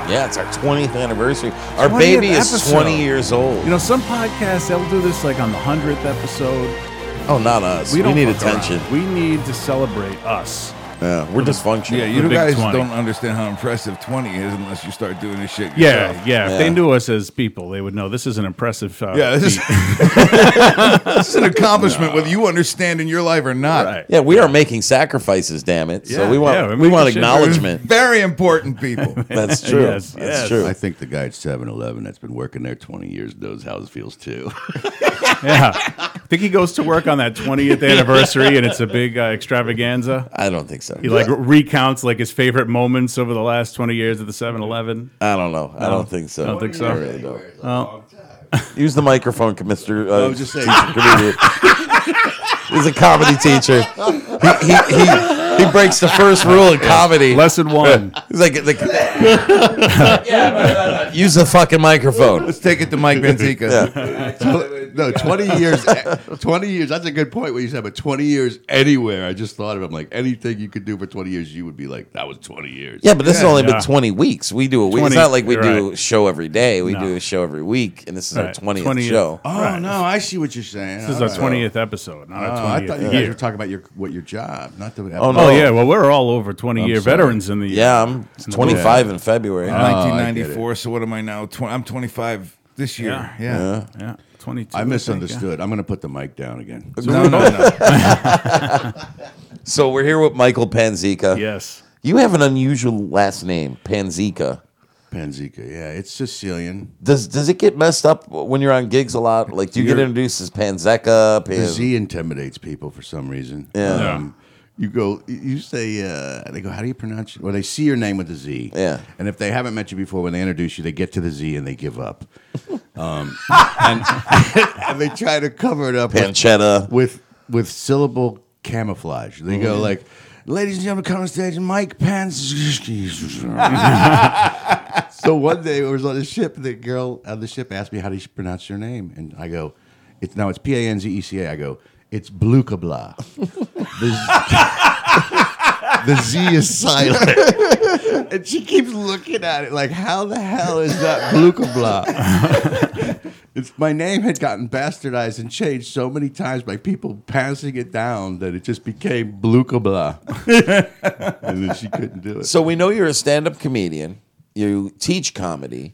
Yeah, it's our 20th anniversary. Our
20th
baby is
episode.
20 years old.
You know, some podcasts they'll do this like on the hundredth episode.
oh, not us. We,
don't
need
fuck around.
attention.
We need to celebrate us.
Yeah, we're dysfunctional.
yeah, you
The big
guys
20.
don't understand how impressive 20 is unless you start doing this shit
Yeah,
yourself.
yeah. If they
Yeah.
knew us as people, they would know this is an impressive. Uh,
Yeah, this is, this is an accomplishment whether you understand in your life or not.
right.
Yeah, we are making sacrifices, damn it. so
Yeah,
we want
yeah, we're
we want
making shit.
acknowledgement.
Very important
Oh,
people.
That's true.
Yes,
That's
yes.
true.
I think the guy at 7-Eleven that's been working there 20 years knows how it feels too.
yeah. I think he goes to work on that 20th anniversary, and it's a big uh, extravaganza.
I don't think so.
He like recounts like his favorite moments over the last 20 years at the 7-Eleven.
I don't know. I don't think so. I
don't think so.
really don't. Use the microphone, Mister. Uh, I
was just saying.
He's a comedy teacher. He, he, he, he breaks the first rule in comedy.
Lesson one.
He's like, like
uh,
use the fucking microphone.
Let's take it to Mike Benzica.
no, 20 years 20 years that's a good point what you said but 20 years anywhere I just thought of it. I'm like anything you could do for 20 years you would be like that was 20 years.
Yeah, but this has only
Yeah.
been 20 weeks. We do a week. It's
20,
not like we
you're
do
right.
a show every day. We
No.
do a show every week, and this is
Right,
our 20th,
20th.
show.
Oh no, I see what you're saying.
This is our 20th episode, not
Oh,
our
I
20th
thought you guys
year.
were talking about your what your job, not the.
Oh, no.
oh, yeah. Well, we're all over 20 year
sorry.
veterans in the
Yeah, I'm 25 in February.
1994. So what am I now? Tw- I'm 25 this year.
Yeah.
Yeah.
Yeah.
22.
I
think, yeah.
misunderstood. I'm going to put the mic down again.
No, no, no.
So we're here with Michael Panzica.
Yes.
You have an unusual last name, Panzica.
Panzica. Yeah, it's Sicilian.
Does does it get messed up when you're on gigs a lot? Like, do you get
You're-
introduced as Panzeca? Pan-
The Z intimidates people for some reason. Um,
Yeah.
you go, you say, uh, they go, how do you pronounce it? Well, they see your name with the Z.
Yeah.
And if they haven't met you before, when they introduce you, they get to the Z and they give up. Um, and, and they try to cover it up with-
Pancetta?
with with syllable camouflage. They go like, "Ladies and gentlemen, come on stage, Mike Pence." so one day I was on a ship, and the girl on the ship asked me, "How do you pronounce your name?" And I go, "It's no, it's P A N Z E C A." I go, "It's Blukabla." the, Z- the Z is silent. And she keeps looking at it like, how the hell is that Blukabla? It's, my name had gotten bastardized and changed so many times by people passing it down that it just became Blukabla. and then she couldn't do it.
So we know you're a stand-up comedian. You teach comedy.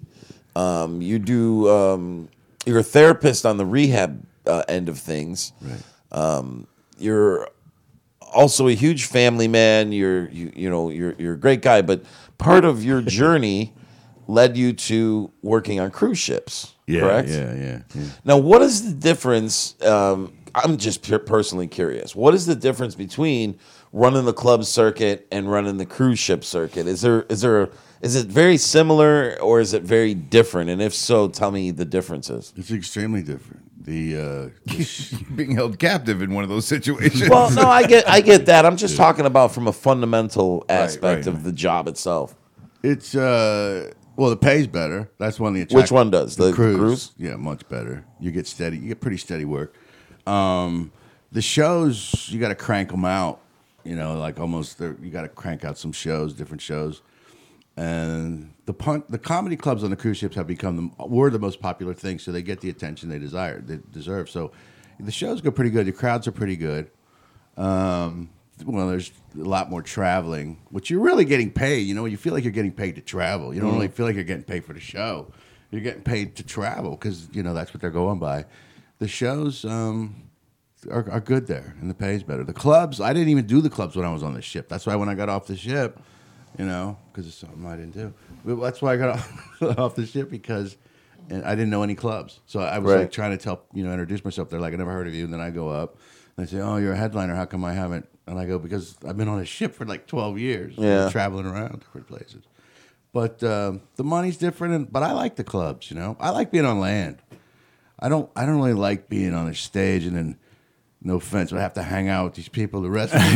Um, you do. Um, you're a therapist on the rehab uh, end of things. Right. Um, you're also a huge family man. You're you you know you're you're a great guy, but part of your journey led you to working on cruise ships.
yeah,
correct.
Yeah, yeah, yeah.
Now, what is the difference? Um, I'm just per- personally curious. What is the difference between running the club circuit and running the cruise ship circuit? Is there is there a, is it very similar or is it very different? And if so, tell me the differences.
It's extremely different. The, uh, the sh-
Being held captive in one of those situations.
Well, no, I get I get that. I'm just talking about from a fundamental aspect
right,
of the job itself.
it's uh, well, the pay's better. That's one of the attract-
Which one does? The cruise?
Yeah, much better. You get steady. You get pretty steady work. Um, the shows you got to crank them out. You know, like almost they're- you got to crank out some shows, different shows. And the pun- the comedy clubs on the cruise ships have become the, were the most popular thing, so they get the attention they desire, they deserve. So the shows go pretty good. The crowds are pretty good. Um, well, there's a lot more traveling, which you're really getting paid. You know, you feel like you're getting paid to travel. You don't really feel like you're getting paid for the show. You're getting paid to travel because you know that's what they're going by. The shows um, are, are good there, and the pay is better. The clubs, I didn't even do the clubs when I was on the ship. That's why when I got off the ship, you know, because it's something I didn't do. But that's why I got off, off the ship because and I didn't know any clubs. So I was
Right.
like trying to tell, you know, introduce myself. They're like, I never heard of you. And then I go up and they say, Oh, you're a headliner. How come I haven't? And I go, Because I've been on a ship for like 12 years, you know,
Yeah.
traveling around different places. But um, the money's different. And, but I like the clubs, you know, I like being on land. I don't I don't really like being on a stage and then no offense, but I have to hang out with these people the rest of the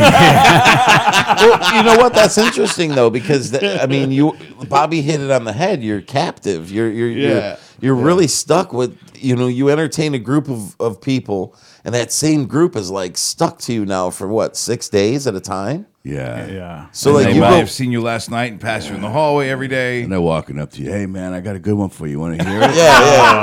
well, you know what? That's interesting though, because th- I mean, you Bobby hit it on the head. You're captive. You're you're
Yeah.
you're, you're really stuck with you know. You entertain a group of of people, and that same group is like stuck to you now for what six days at a time.
Yeah.
Yeah.
So
Like
like
they
you
might
go,
have seen you last night and passed you in the hallway every day.
And they're walking up to you, hey man, I got a good one for you. You wanna hear it?
yeah,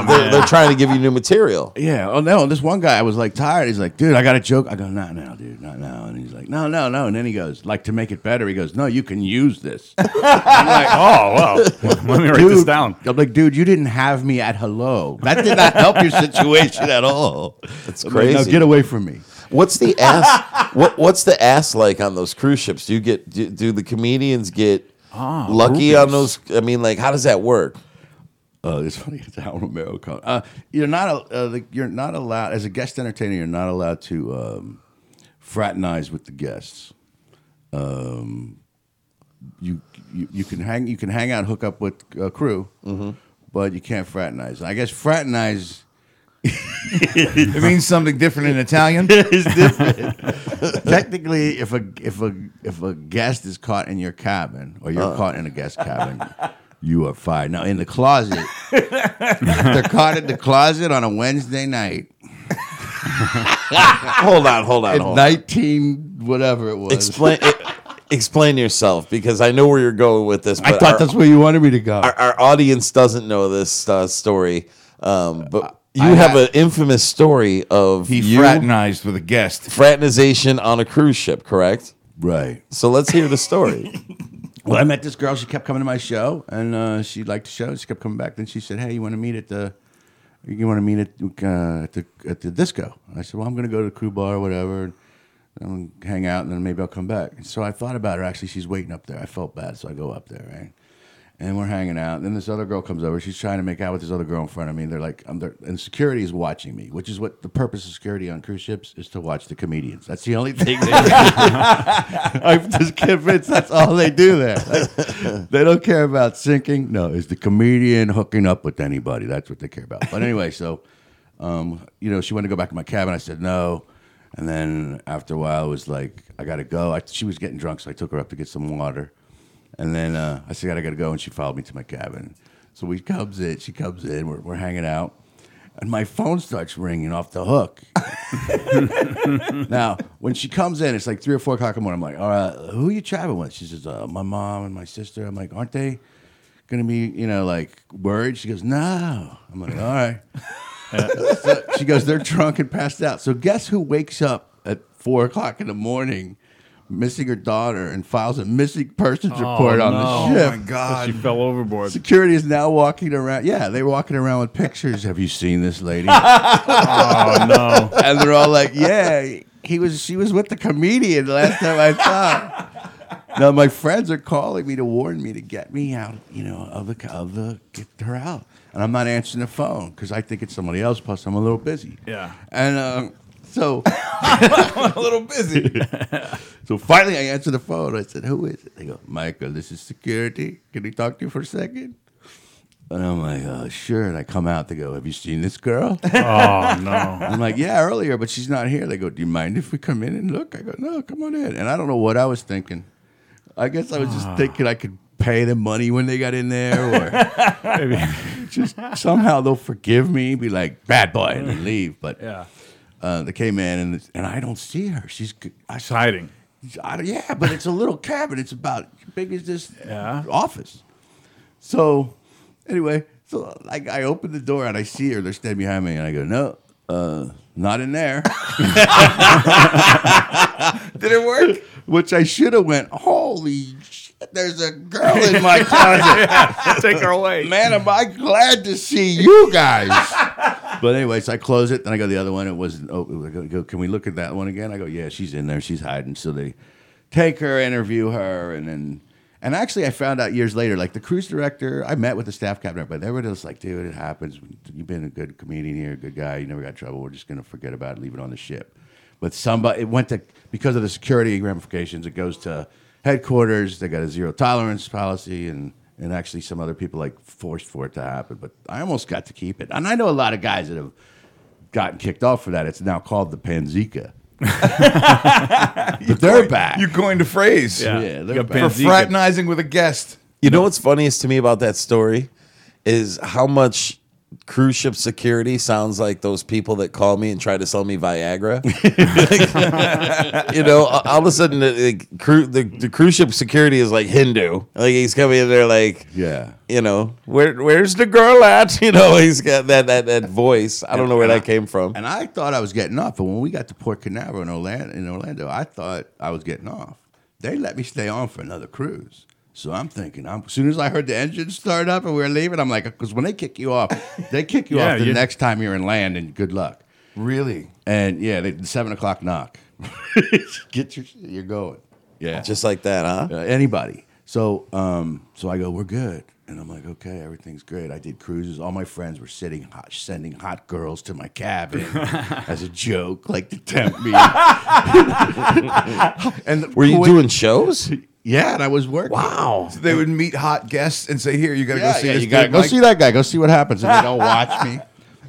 yeah. they're, they're trying to give you new material.
Yeah. Oh no, this one guy I was like tired. He's like, dude, I got a joke. I go, not now, dude, not now. And he's like, no, no, no. And then he goes, like to make it better, he goes, no, you can use this.
Oh, wow. Let me write this
Dude,
down.
I'm like, dude, you didn't have me at hello. That did not help your situation at all. That's
crazy.
now get away from me.
What's the ass? what what's the ass like on those cruise ships? Do you get do, do the comedians get
Ah,
lucky on
groupies.
those? I mean, like how does that work?
Uh, it's funny it's Al Romero called. Uh, you're not al- uh, like, you're not allowed as a guest entertainer. You're not allowed to um, fraternize with the guests. Um, you, you you can hang you can hang out, hook up with uh, crew, but you can't fraternize. I guess fraternize
It means something different in Italian.
is different. Technically, if a if a if a guest is caught in your cabin or you're caught in a guest cabin, you are fired. Now in the closet, if they're caught in the closet on a Wednesday night.
Hold on, hold on,
Oh.
at
hold on.
19 whatever it was.
explain e- explain yourself because I know where you're going with this.
I
but
thought
our,
that's where you wanted me to go.
our, our audience doesn't know this uh, story, um, but you
I
have
had-
an infamous story of
He
you
fraternized with a guest.
fraternization on a cruise ship, correct?
right.
So let's hear the story.
Well, I met this girl. She kept coming to my show, and uh, she liked the show. She kept coming back. Then she said, "Hey, you want to meet at the you want to meet at, uh, at the at the disco?" I said, "Well, I'm going to go to the crew bar or whatever." And I'm gonna hang out and then maybe I'll come back. And so I thought about her. Actually, she's waiting up there. I felt bad, so I go up there, right? And we're hanging out. And then this other girl comes over. She's trying to make out with this other girl in front of me. They're like, I'm there. And security is watching me, which is what the purpose of security on cruise ships is to watch the comedians. That's the only thing they do. I'm just convinced that's all they do there. Like, they don't care about syncing. No, is the comedian hooking up with anybody? That's what they care about. But anyway, so um, you know, she wanted to go back in my cabin. I said no. And then after a while, I was like, I gotta go. I, she was getting drunk, so I took her up to get some water. And then uh, I said, I gotta go, and she followed me to my cabin. So we comes in, she comes in, we're, we're hanging out, and my phone starts ringing off the hook. now, when she comes in, it's like three or four o'clock in the morning. I'm like, all right, who are you traveling with? She says, uh, my mom and my sister. I'm like, aren't they gonna be, you know, like worried? She goes, no. I'm like, all right. So she goes, they're drunk and passed out. So guess who wakes up at four o'clock in the morning, missing her daughter, and files a missing persons report on
no.
the ship.
Oh
She
my God!
fell overboard.
Security is now walking around. Yeah, they're walking around with pictures. Have you seen this lady? and
Oh no!
they're all like, "Yeah, he was. She was with the comedian last time I saw." her." now my friends are calling me to warn me to get me out. You know, of the of the get her out, and I'm not answering the phone because I think it's somebody else. Plus, I'm a little busy.
Yeah.
and um, so
a little busy.
so finally, I answer the phone. I said, "Who is it?" They go, "Michael, this is security. Can we talk to you for a second? And I'm like, "Oh, sure." And I come out. They go, "Have you seen this girl?"
Oh no!
I'm like, "Yeah, earlier, but she's not here." They go, "Do you mind if we come in and look?" I go, "No, come on in." And I don't know what I was thinking. I guess I was just
Ah.
thinking I could pay them money when they got in there, or just somehow they'll forgive me, be like, "Bad boy," and then leave. But
Yeah,
uh, they came in, and and I don't see her. She's g- I
it's hiding.
I don't- yeah, but it's a little cabin. It's about how big as this
Yeah.
office. So anyway, so like I open the door and I see her. They're standing behind me, and I go, no. Uh, not in there.
Did it work?
Which I should have went. Holy shit! There's a girl in my closet.
Take her away.
Man, am I glad to see you guys. but anyway, so I close it. Then I go to the other one. It wasn't. Oh, I go, go, can we look at that one again? I go, yeah, she's in there. She's hiding. So they take her, interview her, and then. And actually, I found out years later, like the cruise director, I met with the staff captain, but they were just like, dude, it happens. You've been a good comedian here, a good guy. You never got in trouble. We're just going to forget about it, leave it on the ship. But somebody, it went to, because of the security ramifications, it goes to headquarters. They got a zero tolerance policy, and, and actually some other people like forced for it to happen. But I almost got to keep it. And I know a lot of guys that have gotten kicked off for that. It's now called the Panzica. but they're back.
You coined a phrase
Yeah,
Yeah,
You
they're
got
bad.
for
Panzica.
fraternizing with a guest.
You know what's funniest to me about that story is how much cruise ship security sounds like those people that call me and try to sell me Viagra. you know, a- all of a sudden the, the, cru- the, the cruise ship security is like Hindu. Like he's coming in there like,
Yeah.
you know, where where's the girl at? You know, he's got that that, that voice. I don't know where that came from.
And I thought I was getting off, but when we got to Port Canaveral in Orlando, in Orlando, I thought I was getting off. They let me stay on for another cruise. So I'm thinking, I'm, as soon as I heard the engine start up and we were leaving, I'm like, because when they kick you off, they kick you
Yeah,
off the
you-
next time you're in land, and good luck.
Really?
And yeah, they, the seven o'clock knock. Get your, you're going. Yeah,
Just like that, huh?
uh, anybody. So, um, so I go, we're good, and I'm like, okay, everything's great. I did cruises. All my friends were sitting hot, sending hot girls to my cabin as a joke, like to tempt me. and the
Were you
point-
doing shows?
Yeah, and I was working.
Wow.
They would meet hot guests and say, "Here, you got to
Yeah,
go see
yeah,
this
you gotta
dude,
go
Mike."
see that guy. Go see what happens. And they all watch me.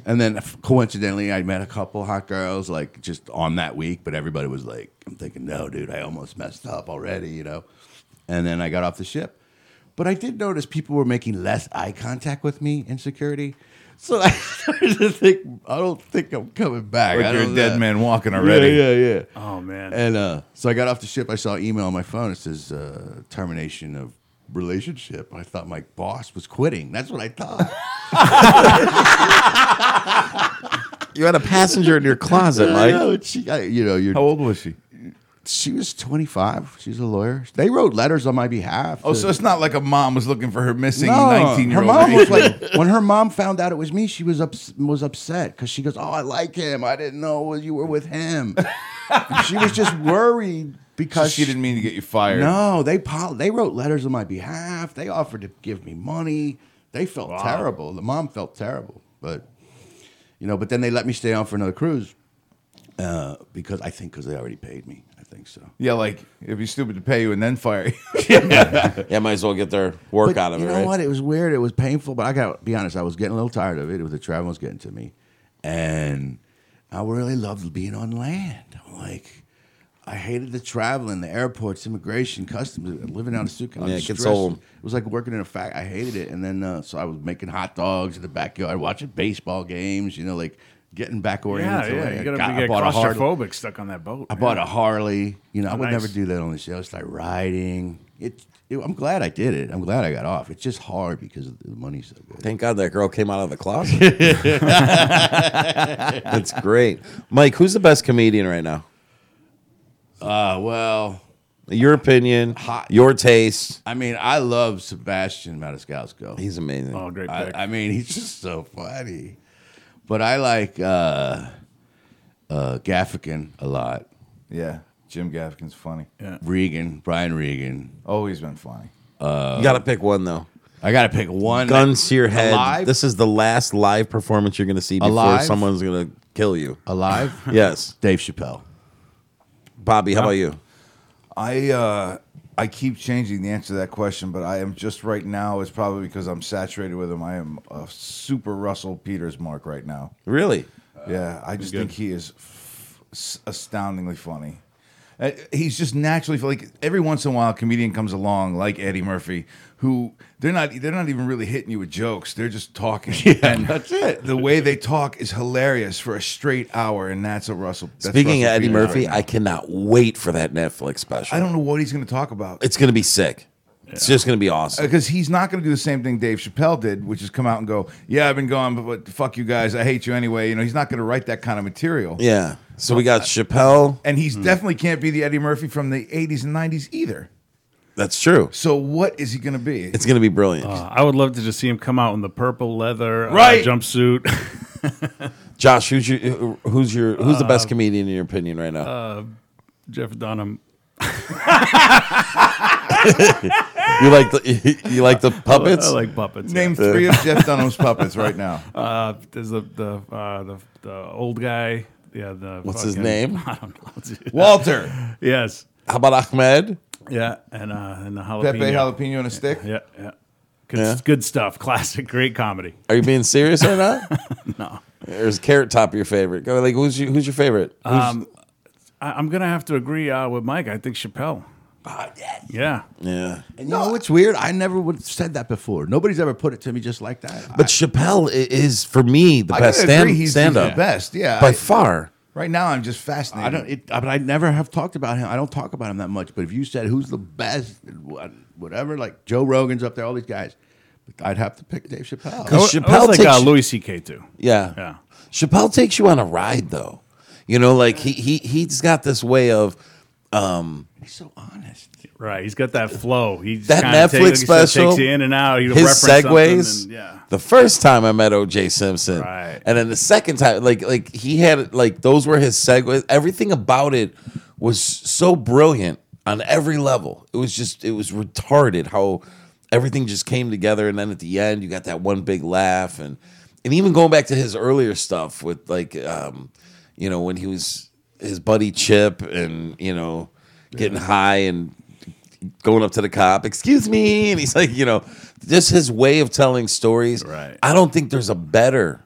And then f- coincidentally, I met a couple hot girls like just on that week, but everybody was like, I'm thinking, no, dude, I almost messed up already, you know? And then I got off the ship. But I did notice people were making less eye contact with me in security. So I started to think, I don't think I'm coming back. I
Like you're
don't
a dead
know.
man walking already.
Yeah, yeah, yeah.
Oh man.
And uh, so I got off the ship. I saw an email on my phone. It says uh, termination of relationship. I thought my boss was quitting. That's what I thought.
You had a passenger in your closet,
I
Mike.
know. She, I, you know, you're
How old was she?
she was 25. She's a lawyer. They wrote letters on my behalf.
Oh,
to-
so it's not like a mom was looking for her missing
No,
nineteen year
her
old.
mom was like, when her mom found out it was me, she was ups- was upset because she goes, "Oh, I like him. I didn't know you were with him." she was just worried because
she didn't mean to get you fired.
No, they pol- they wrote letters on my behalf. They offered to give me money. They felt terrible. The mom felt terrible, but you know. But then they let me stay on for another cruise uh, because I think because they already paid me. I think so.
Yeah, like it'd be stupid to pay you and then fire you.
Yeah, might as well get their work
But
out of
you
it,
know
right?
what? It was weird. It was painful, but I got to be honest. I was getting a little tired of it. It was the travel was getting to me, and I really loved being on land. I'm like, I hated the traveling, the airports, immigration, customs, living out of suitcase. I was
Yeah, it gets
stressed.
old.
It was like working in a fact. I hated it, and then uh, so I was making hot dogs in the backyard, watching baseball games. You know, like getting back
Yeah,
oriented.
yeah.
Like, I
You gotta
got-
be
I
get
bought a hard-
claustrophobic stuck on that boat.
I bought a Harley. You know, I
Oh,
would
nice.
never do that on the show. It's like riding. It, it- I'm glad I did it. I'm glad I got off. It's just hard because the money's so good.
Thank God that girl came out of the closet. That's great. Mike, who's the best comedian right now?
Uh, well,
Your opinion,
Hot.
your taste.
I mean, I love Sebastian Maniscalco.
He's amazing.
Oh, great
I,
pick.
I mean, he's just so funny. But I like uh, uh, Gaffigan a lot.
yeah, Jim Gaffigan's funny.
yeah.
Regan, Brian Regan.
Always been funny.
you got to pick one, though.
I got to pick one.
Guns to your head.
Alive?
This is the last live performance you're going to see before
Alive?
someone's going to kill you.
alive.
Yes.
Dave Chappelle.
Bobby, how about you?
I uh, I keep changing the answer to that question, but I am just right now. It's probably because I'm saturated with him. I am a super Russell Peters mark right now.
Really?
yeah, I just think he is f- s- astoundingly funny. Uh, he's just naturally like every once in a while, a comedian comes along like Eddie Murphy, who they're not they're not even really hitting you with jokes. They're just talking. and that's it. The way they talk is hilarious for a straight hour, and that's a Russell. That's
Speaking of
Russell
Eddie
Peters
Murphy,
right now.
I cannot wait for that Netflix special.
I don't know what he's going to talk about.
It's going to be sick. It's just going to be awesome.
because he's not going to do the same thing Dave Chappelle did, which is come out and go, "Yeah, I've been gone, but, but fuck you guys, I hate you anyway." You know, he's not going to write that kind of material.
Yeah. So we got Chappelle.
And he's definitely can't be the Eddie Murphy from the '80s and '90s either.
That's true.
So what is he going to be?
It's going to be brilliant.
Uh, I would love to just see him come out in the purple leather uh,
Right.
jumpsuit.
Josh, who's your who- who's your who's the best comedian in your opinion right now?
Jeff Dunham.
you like the you like the puppets?
I like puppets. yeah.
Name three of Jeff Dunham's puppets right now.
Uh, there's the the, uh, the the old guy. Yeah. The
What's his name?
I don't know. dude.
Walter,
yes.
How about Ahmed?
Yeah. And uh, and the jalapeno.
Pepe jalapeno on a stick.
Yeah. Yeah. Good,
Yeah.
good stuff. Classic. Great comedy.
Are you being serious or not? no. Or is Carrot Top your favorite? Go like who's your, who's your favorite? Who's-
I, I'm gonna have to agree uh, with Mike. I think Chappelle.
Ah,
Yeah.
yeah.
And you know what's weird? I never would have said that before. Nobody's ever put it to me just like that.
But Chappelle i- is for me the
I
best
gotta agree,
stand
he's,
stand
he's
up
the best. Yeah,
by
I-
far.
right now I'm just fascinated.
I don't. It, I, but I never have talked about him. I don't talk about him that much. But if you said who's the best, and what- whatever, like Joe Rogan's up there, all these guys, but I'd have to pick Dave Chappelle.
Cool.
I
Chappelle
was like
takes-
uh, Louis C.K. too.
Yeah.
Yeah.
Chappelle takes you on a ride though. You know, like he he he's got this way of
He's so honest.
Right. He's got that flow. He just
That
kinda
Netflix
take- like you said,
special,
takes you in and out. He
his segues.
yeah.
The first time I met O.J. Simpson,
Right.
and then the second time, like like he had like those were his segues. Everything about it was so brilliant on every level. It was just it was retarded how everything just came together, and then at the end you got that one big laugh, and and even going back to his earlier stuff with like um, you know when he was his buddy Chip, and you know getting high and going up to the cop, excuse me. And he's like, you know, just his way of telling stories.
Right.
I don't think there's a better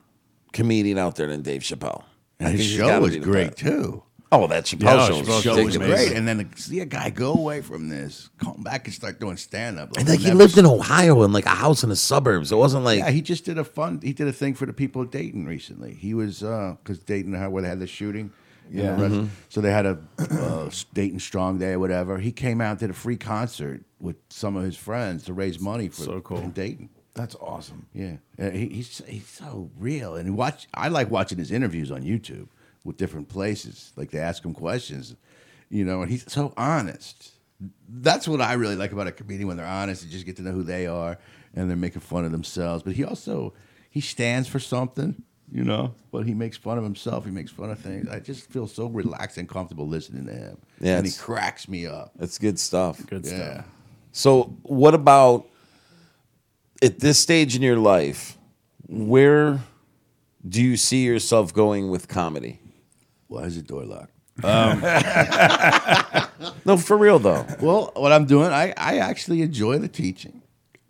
comedian out there than Dave Chappelle. I
And
think
his
he's
show
gotta
was
be the
great
best.
too.
Oh, that Chappelle
Yeah,
show was
Chappelle's
Show was
ridiculous.
great. And then to see a guy go away from this, come back and start doing stand up.
And like he lived in Ohio in like a house in the suburbs. It wasn't like
Yeah, he just did a fun. He did a thing for the people of Dayton recently. He was because Dayton had- where they had the shooting. and the
Yeah.
rest- So they had a uh, Dayton Strong Day or whatever. He came out and did a free concert with some of his friends to raise money for
So cool.
in Dayton.
That's awesome.
Yeah, Uh, he, he's he's so real, and he watch. I like watching his interviews on YouTube with different places. Like they ask him questions, you know, and he's so honest. That's what I really like about a comedian when they're honest. You just get to know who they are, and they're making fun of themselves. But he also he stands for something, you know. But he makes fun of himself. He makes fun of things. I just feel so relaxed and comfortable listening to him.
Yeah,
and he
it's-
cracks me up.
That's good stuff.
Good stuff.
Yeah.
So, what about at this stage in your life? Where do you see yourself going with comedy?
Why is the door locked?
No, for real though.
Well, what I'm doing, I, I actually enjoy the teaching.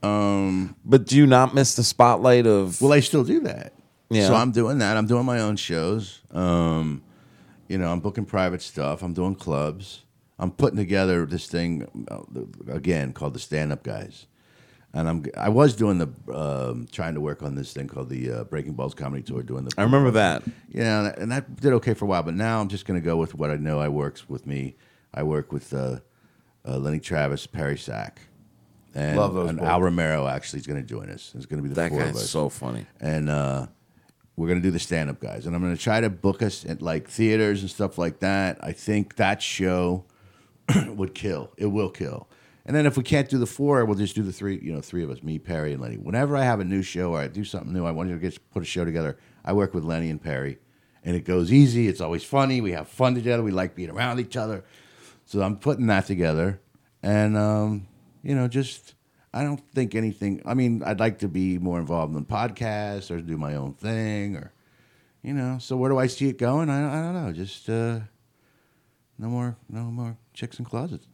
But do you not miss the spotlight of?
Well, I still do that.
Yeah.
So I'm doing that. I'm doing my own shows. Um, you know, I'm booking private stuff. I'm doing clubs. I'm putting together this thing uh, again called the Stand Up Guys, and I'm I was doing the um, trying to work on this thing called the uh, Breaking Balls Comedy Tour, doing the
I remember that.
yeah, and that, and that did okay for a while, but now I'm just going to go with what I know. I works with me. I work with uh, uh, Lenny Travis, Perry Sack, and,
Love those
and
both.
Al Romero. Actually, is going to join us. It's going to be the
That
four of
guy's
us
so funny.
and uh, we're gonna do the stand up guys, and I'm gonna try to book us at like theaters and stuff like that. I think that show would kill. It will kill. And then if we can't do the four, we'll just do the three. You know, three of us, me, Perry, and Lenny. Whenever I have a new show or I do something new, I want to get put a show together. I work with Lenny and Perry, and it goes easy. It's always funny. We have fun together. We like being around each other. So I'm putting that together, and um, you know, just I don't think anything. I mean, I'd like to be more involved in podcasts or do my own thing, or you know. So where do I see it going? I, I don't know. Just uh, no more, no more chicks in closets.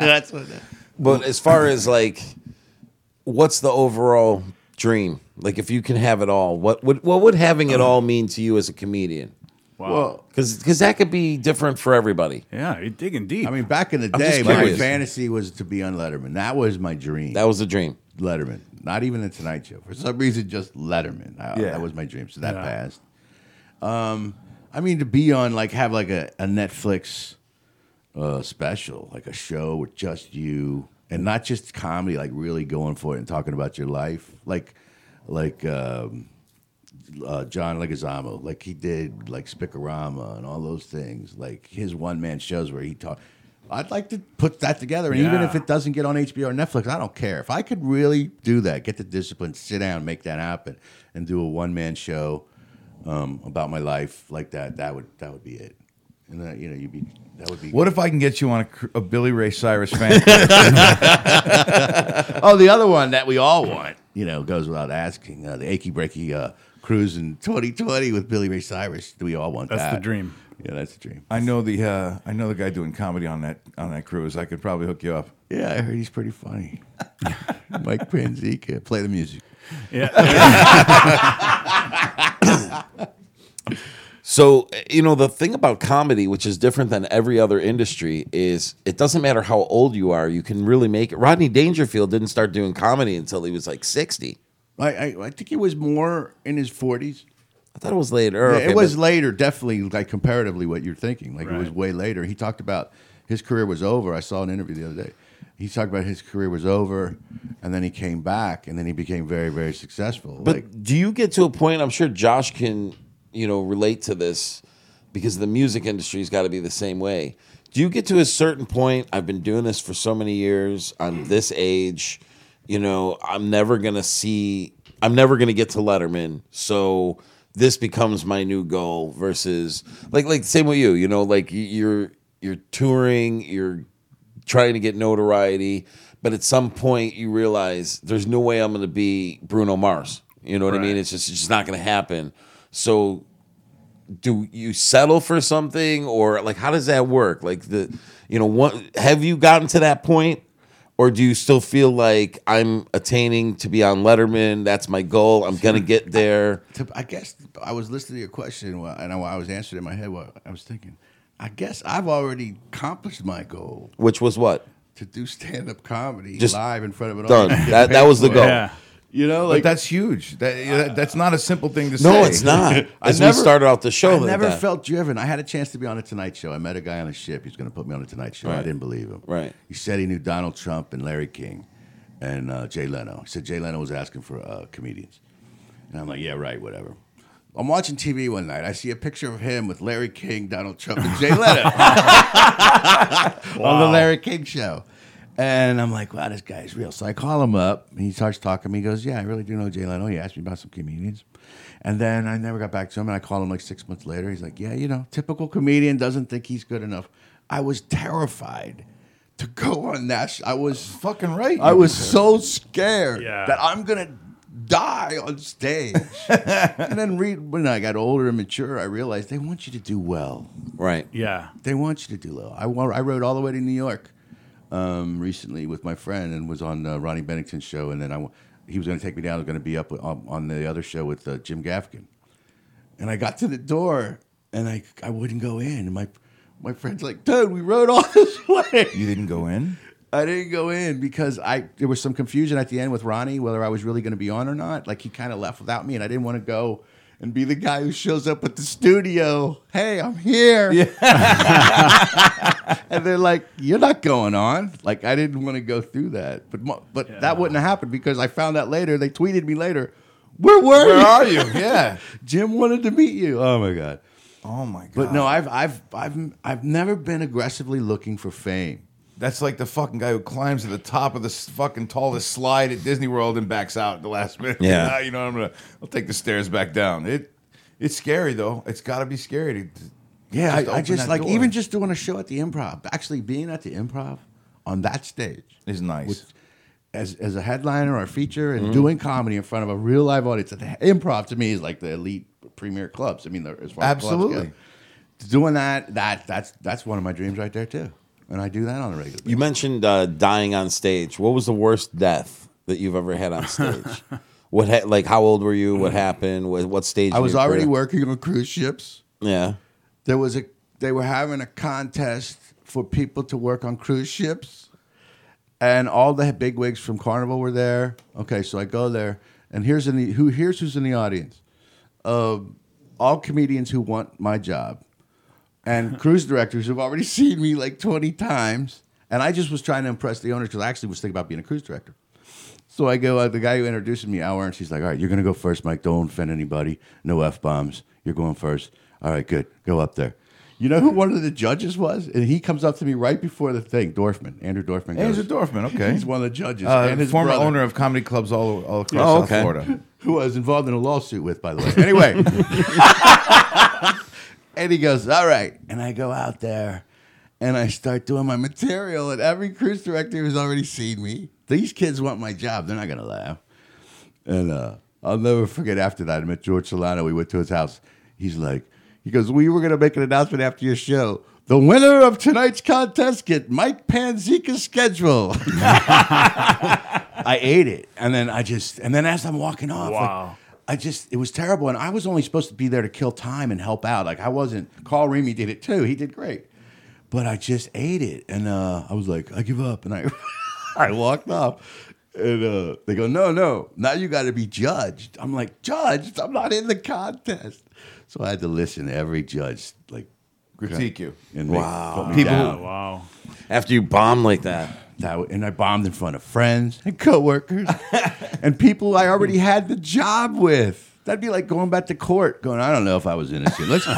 But as far as like, what's the overall dream? Like, if you can have it all, what would what would having it all mean to you as a comedian?
Well,
Because that could be different for everybody.
Yeah, you're digging deep.
I mean, back in the
just
day, my
curious.
fantasy was to be on Letterman. That was my dream.
That was the dream.
Letterman, not even the Tonight Show. For some reason, just Letterman. I,
Yeah.
That was my dream. So that
Yeah.
passed. Um, I mean, to be on like have like a, a Netflix uh, special, like a show with just you, and not just comedy, like really going for it and talking about your life, like like um, uh, John Leguizamo, like he did like Spicorama and all those things, like his one man shows where he talked. I'd like to put that together, and even
Yeah.
if it doesn't get on HBO or Netflix, I don't care. If I could really do that, get the discipline, sit down, make that happen, and do a one man show um, about my life like that, that would that would be it. And that, you know, you'd be that would be
What if I can get you on a, cr- a Billy Ray Cyrus fan? club?
Oh, the other one that we all want, you know, goes without asking. Uh, the achy breaky uh, cruise in 2020 with Billy Ray Cyrus. We all want
That's
that.
the dream.
Yeah, that's the dream.
I know the uh, I know the guy doing comedy on that on that cruise. I could probably hook you up.
Yeah, I heard he's pretty funny. Mike Panzica, play the music.
yeah.
So, you know, the thing about comedy, which is different than every other industry, is it doesn't matter how old you are, you can really make it. Rodney Dangerfield didn't start doing comedy until he was like 60.
I, I, I think he was more in his 40s.
I thought it was later.
it was
like
later, definitely, like comparatively what you're thinking. Like it was
Right.
way later. He talked about his career was over. I saw an interview the other day. He talked about his career was over, and then he came back, and then he became very, very successful.
But
like,
do you get to a point? I'm sure Josh can, you know, relate to this because the music industry's got to be the same way. Do you get to a certain point? I've been doing this for so many years. I'm this age. You know, I'm never going to see, I'm never going to get to Letterman. So this becomes my new goal versus like, like, same with you, you know, like y- you're, you're touring, you're trying to get notoriety. But at some point, you realize there's no way I'm going to be Bruno Mars. You know what I mean? It's just it's just not going to happen. So, do you settle for something, or like how does that work? Like the, you know, what have you gotten to that point, or do you still feel like I'm attaining to be on Letterman? That's my goal. I'm going to get there.
to, I guess I was listening to your question wh- and I, I was answering in my head what I was thinking. I guess I've already accomplished my goal
Which was what
to do stand up comedy
Just
live in front of an
done.
audience. and
that
get
that
paid
was the
for it.
goal.
yeah.
You know,
But
like
that's huge. That, that- that's not a simple thing to say.
No, it's not.
I
As
never-
we started out the show,
I
like
never
that.
felt driven. I had a chance to be on a Tonight Show. I met a guy on a ship. He's going to put me on a Tonight Show. I
Right.
didn't believe him.
Right.
He said he knew Donald Trump and Larry King and uh, Jay Leno. He said Jay Leno was asking for uh, comedians. And I'm like, yeah, right, whatever. I'm watching TV one night. I see a picture of him with Larry King, Donald Trump, and Jay Leno on the Larry King show. And I'm like, wow, this guy's real. So I call him up. and He starts talking to me. He goes, yeah, I really do know Jay Leno. He asked me about some comedians. And then I never got back to him. And I called him like six months later. He's like, yeah, you know, typical comedian doesn't think he's good enough. I was terrified to go on national. I was
Fucking right.
I was so scared
Yeah.
that I'm gonna die on stage. and then read when I got older and mature, I realized they want you to do well.
Right.
Yeah.
They want you to do well. I wa- I rode all the way to New York um, recently with my friend and was on uh, Ronnie Bennington's show, and then I wa- he was gonna take me down. I was gonna be up on, on the other show with uh, Jim Gaffigan. And I got to the door and I I wouldn't go in. And my my friend's like, dude, we rode all this way.
You didn't go in.
I didn't go in because I there was some confusion at the end with Ronnie whether I was really going to be on or not. Like he kind of left without me, and I didn't want to go and be the guy who shows up at the studio. Hey, I'm here. and they're like, "You're not going on." Like I didn't want to go through that, but mo- but that wouldn't have happened because I found out later. They tweeted me later. Where were you?
are you? Yeah.
Jim wanted to meet you. Oh my god.
Oh my god.
But no, I've I've I've I've never been aggressively looking for fame.
That's like the fucking guy who climbs to the top of the s- fucking tallest slide at Disney World and backs out at the last minute.
Yeah.
Ah, you know I'm gonna. I'll take the stairs back down. It, it's scary though. It's got to be scary. To,
Yeah,
to
I, I
open
just
that
like
door.
even just doing a show at the improv, actually being at the improv on that stage
is nice.
with- as as a headliner or a feature
Mm-hmm.
and doing comedy in front of a real live audience. The improv to me is like the elite premier clubs. I mean, the- as far as clubs
Absolutely.
go. doing that that that's that's one of my dreams right there too, and I do that on a regular.
You mentioned uh, dying on stage. What was the worst death that you've ever had on stage? what ha- like how old were you? What happened? What, what stage?
Mm. I
in
was
your
already
career?
working on cruise ships.
Yeah.
There was a they were having a contest for people to work on cruise ships, and all the big wigs from Carnival were there. Okay, so I go there, and here's in the who here's who's in the audience, Um all comedians who want my job, and cruise directors who've already seen me like twenty times, and I just was trying to impress the owners because I actually was thinking about being a cruise director. So I go, uh, the guy who introduced me, Al Ernst, he's like, all right, you're going to go first, Mike. Don't offend anybody. No F bombs. You're going first. All right, good. Go up there. You know who one of the judges was? And he comes up to me right before the thing, Dorfman, Andrew Dorfman. Goes,
Andrew Dorfman, okay.
He's one of the judges.
Uh,
and his
former
brother,
owner of comedy clubs all, all across
Oh,
South
okay.
Florida.
Who I was involved in a lawsuit with, by the way. Anyway. and he goes, all right. And I go out there and I start doing my material, and every cruise director has already seen me. These kids want my job. They're not going to laugh. And uh, I'll never forget after that. I met George Solano. We went to his house. He's like, he goes, We were going to make an announcement after your show. The winner of tonight's contest get Mike Panzica's schedule. I ate it. And then I just, and then as I'm walking off, like,
Wow.
I just, it was terrible. And I was only supposed to be there to kill time and help out. Like I wasn't, Carl Remy did it too. He did great. But I just ate it. And uh, I was like, I give up. And I, I walked off. And uh, they go, no, no, now you got to be judged. I'm like, judged? I'm not in the contest. So I had to listen to every judge, like,
Critique you.
and wow.
People
people.
who-
Wow.
After you bomb like that.
That, and I bombed in front of friends and coworkers and people I already had the job with. That'd be like going back to court, going, I don't know if I was innocent. Let's,
Why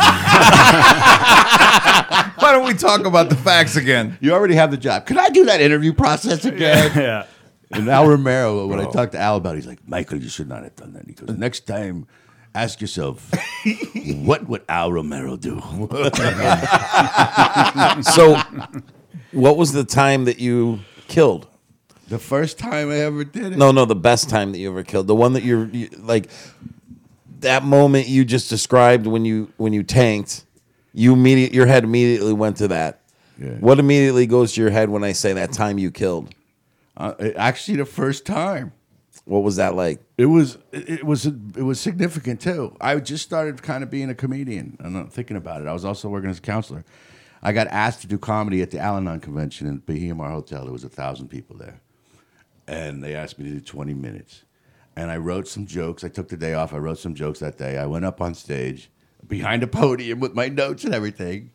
don't we talk about the facts again?
you already have the job. Could I do that interview process again?
Yeah.
And Al Romero, when I talked to Al about it, he's like, Michael, you should not have done that. He goes, next time, ask yourself, what would Al Romero do?
So, what was the time that you killed?
the first time I ever did it.
No, no, the best time that you ever killed. The one that you're you, like that moment you just described when you when you tanked, you immediate your head immediately went to that.
Yeah.
What immediately goes to your head when I say that time you killed?
Uh, actually, the first time.
What was that like?
It was it it was it was significant too. I just started kind of being a comedian and I'm thinking about it. I was also working as a counselor. I got asked to do comedy at the Al-Anon convention in Bahama Hotel. There was a thousand people there, and they asked me to do twenty minutes. And I wrote some jokes. I took the day off. I wrote some jokes that day. I went up on stage behind a podium with my notes and everything,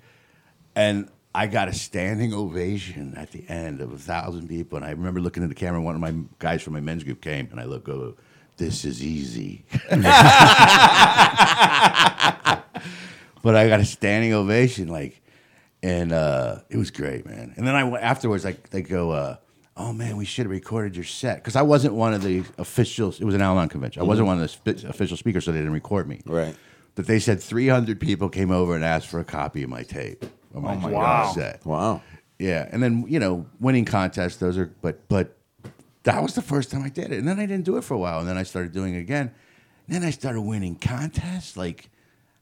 and I got a standing ovation at the end of a thousand people. And I remember looking at the camera. One of my guys from my men's group came, and I look go this is easy. but I got a standing ovation, like, and uh, it was great, man. And then I went afterwards, like, they go, uh, "Oh man, we should have recorded your set," because I wasn't one of the official. It was an Al-Anon convention. I wasn't one of the sp- official speakers, so they didn't record me.
Right.
But they said 300 people came over and asked for a copy of my tape. Of
Oh
my
wow.
set.
Wow.
Yeah, and then you know, winning contests, those are but but that was the first time I did it, and then I didn't do it for a while, and then I started doing it again, and then I started winning contests. Like,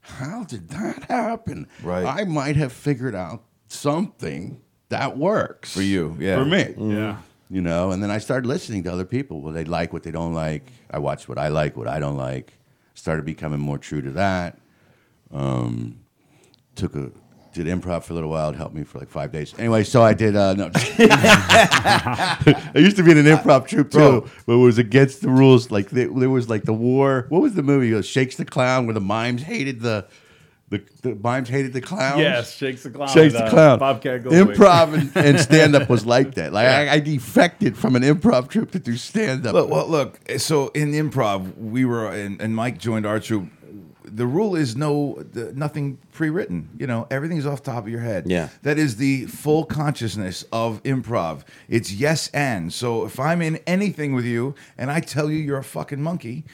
how did that happen?
Right.
I might have figured out something that works
For you, yeah.
for me,
Yeah.
you know. And then I started listening to other people. What they like, what they don't like. I watched what I like, what I don't like. Started becoming more true to that Um, took a did improv for a little while. It helped me for like five days. Anyway, so I did. Uh, no, I used to be in an improv troupe too, but it was against the rules. Like there there was like the war. What was the movie? It was Shakes the Clown, where the mimes hated the the, the mimes hated the clowns.
Yes, shakes the clown.
Shakes the
uh,
clown.
Bobcat Goldthwait.
improv and, and stand up was like that. Like I, I defected from an improv troupe to do stand up.
Look, well, look. So in improv, we were and, and Mike joined our troupe. The rule is no the, nothing pre-written. You know, everything's off the top of your head.
Yeah.
that is the full consciousness of improv. It's yes and. So if I'm in anything with you and I tell you you're a fucking monkey,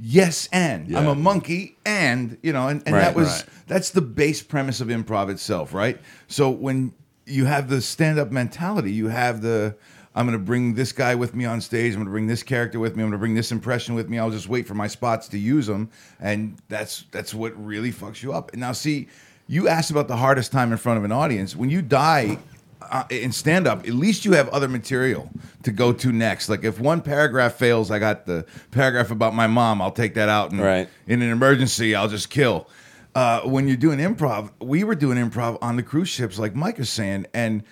yes and I'm a monkey and you know, and, and that
Right,
was
right.
that's the base premise of improv itself, right? So when you have the stand-up mentality, you have the I'm going to bring this guy with me on stage. I'm going to bring this character with me. I'm going to bring this impression with me. I'll just wait for my spots to use them, and that's that's what really fucks you up. And now, see, you asked about the hardest time in front of an audience. When you die uh, in stand up, at least you have other material to go to next. Like if one paragraph fails, I got the paragraph about my mom. I'll take that out and
Right.
in an emergency, I'll just kill. Uh, when you're doing improv, we were doing improv on the cruise ships, like Mike was saying, and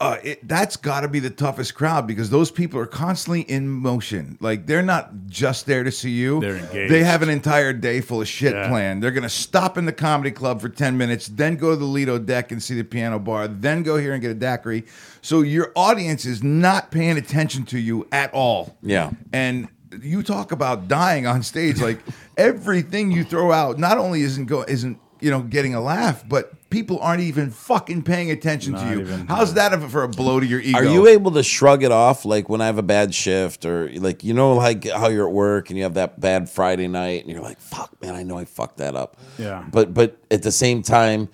uh, it, that's got to be the toughest crowd because those people are constantly in motion. Like they're not just there to see you;
They're engaged.
They have an entire day full of shit
Yeah.
planned. They're gonna stop in the comedy club for ten minutes, then go to the Lido deck and see the piano bar, then go here and get a daiquiri. So your audience is not paying attention to you at all.
Yeah.
And you talk about dying on stage, like everything you throw out not only isn't go isn't you know getting a laugh, but people aren't even fucking paying attention
Not
to you.
even-
How's that for a blow to your ego?
Are you able to shrug it off like when I have a bad shift or like you know like how you're at work and you have that bad Friday night and you're like fuck man I know I fucked that up.
Yeah.
But but at the same time,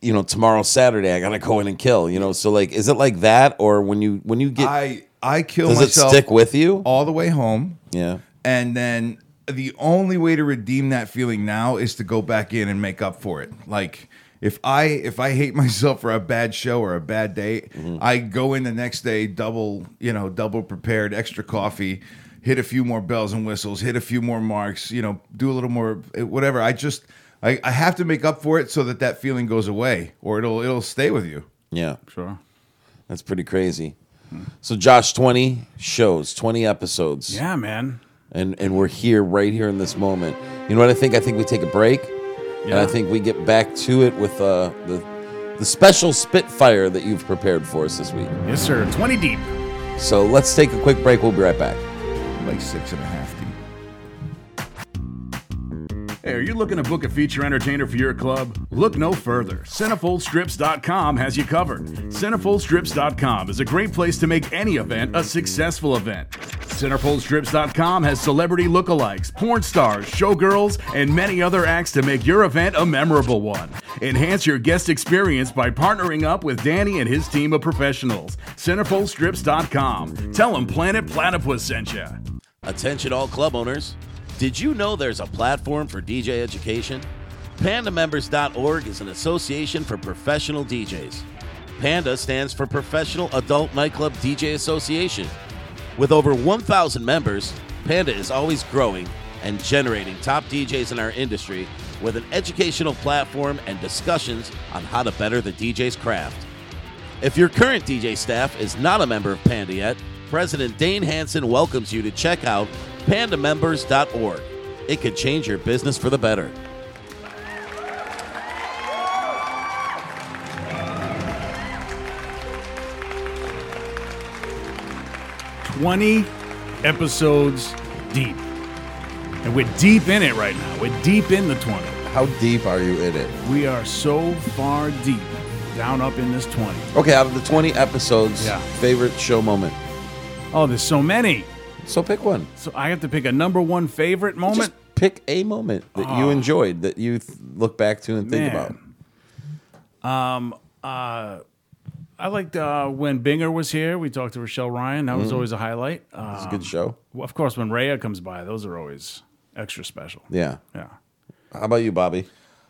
you know tomorrow Saturday I got to go in and kill, you know. So like is it like that or when you when you get
I I kill
does it
myself
stick with you?
all the way home.
yeah.
And then the only way to redeem that feeling now is to go back in and make up for it. Like if I if I hate myself for a bad show or a bad day, I go in the next day double, you know, double prepared, extra coffee, hit a few more bells and whistles, hit a few more marks, you know, do a little more eh, whatever. I just I, I have to make up for it so that that feeling goes away or it'll it'll stay with you.
Yeah.
Sure.
That's pretty crazy. So Josh 20 shows, 20 episodes.
Yeah, man.
and and we're here right here in this moment. You know what I think? I think we take a break, and I
Yeah.
think we get back to it with uh, the the special Spitfire that you've prepared for us this week.
Yes, sir. 20 deep.
So let's take a quick break. We'll be right back.
Like six and a half deep.
Hey, are you looking to book a feature entertainer for your club? Look no further. CinefoldStrips.com has you covered. CinefoldStrips.com is a great place to make any event a successful event. CinefoldStrips.com has celebrity lookalikes, porn stars, showgirls, and many other acts to make your event a memorable one. Enhance your guest experience by partnering up with Danny and his team of professionals. CinefoldStrips.com. Tell them Planet Platypus sent you.
Attention, all club owners. Did you know there's a platform for DJ education? PandaMembers.org is an association for professional DJs. Panda stands for Professional Adult Nightclub DJ Association. With over 1,000 members, Panda is always growing and generating top DJs in our industry with an educational platform and discussions on how to better the DJ's craft. If your current DJ staff is not a member of Panda yet, President Dane Hansen welcomes you to check out pandamembers.org. It could change your business for the better.
Twenty episodes deep. And we're deep in it right now. We're deep in the 20.
How deep are you in it?
We are so far deep down up in this 20.
Okay, out of the 20 episodes,
Yeah.
favorite show moment.
Oh, there's so many.
So pick one.
So I have to pick a number one favorite moment. Ah.
Just pick a moment that you enjoyed that you th- look back to and think
Man. Um, uh,
about.
I liked uh, when Binger was here. We talked to Rochelle Ryan. That was
Mm-hmm.
always a highlight. Uh,
It's a good show.
well, of course, when Rhea comes by, those are always extra special.
Yeah.
Yeah.
How about you, Bobby?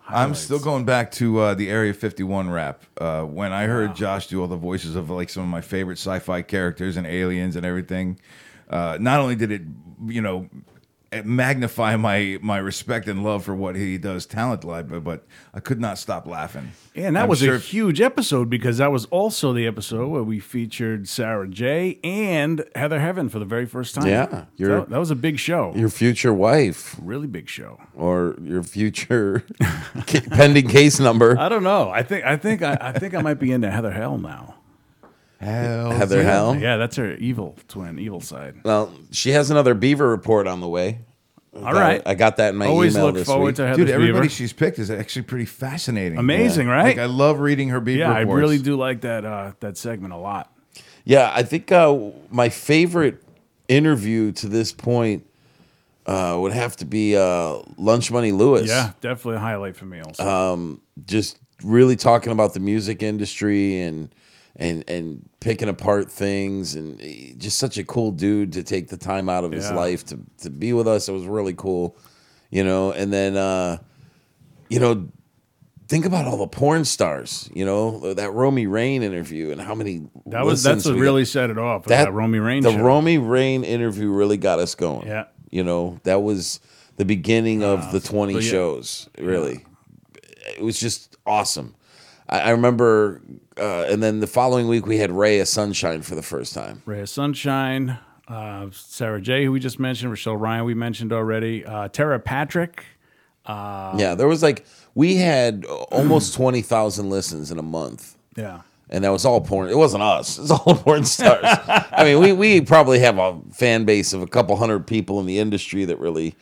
I'm still going back to uh, the Area 51 rap. Uh, when I heard Josh do all the voices of like some of my favorite sci-fi characters and aliens and everything, uh, not only did it, you know, it magnify my my respect and love for what he does talent wise, but, but I could not stop laughing.
And that
I'm
was
sure
a huge episode because that was also the episode where we featured Sarah J and Heather Heaven for the very first time.
Yeah,
So
you're-
that was a big show.
Your future wife
really big show.
or your future ca- pending case number,
I don't know. I think I think I, I think I might be into Heather Hell now.
Heather Hell.
Yeah, that's her evil twin, evil side.
Well, she has another beaver report on the way.
All right.
I got that in my
Always
email
look
this
forward
week.
to Heather's
dude, everybody
Beaver.
she's picked is actually pretty fascinating.
Amazing, right?
Like I love reading her beat
yeah, I
reports.
really do like that uh, that segment a lot.
Yeah, I think uh, my favorite interview to this point uh, would have to be uh, Lunch Money Lewis.
Yeah, definitely a highlight for me also.
Uh, just really talking about the music industry and and and picking apart things and eh, just such a cool dude to take the time out of his
Yeah.
life to to be with us. It was really cool, you know. And then uh, you know, think about all the porn stars. You know that Romy Rain interview and how many
that was that's
listens
what
we got.
really set it off. That, that Romy Rain
The
show.
Romy Rain interview really got us going.
Yeah. Ah,
You know, that was the beginning of the 20
but yeah.
shows, really. It was just awesome. I, I remember, uh, and then the following week we had Ray of Sunshine for the first time.
Ray of Sunshine, uh, Sarah J, who we just mentioned, Rochelle Ryan, we mentioned already, uh, Tara Patrick.
yeah, there was like, we had almost 20,000 listens in a month.
Yeah.
And that was all porn. It wasn't us. It's all porn stars. I mean, we, we probably have a fan base of a couple hundred people in the industry that really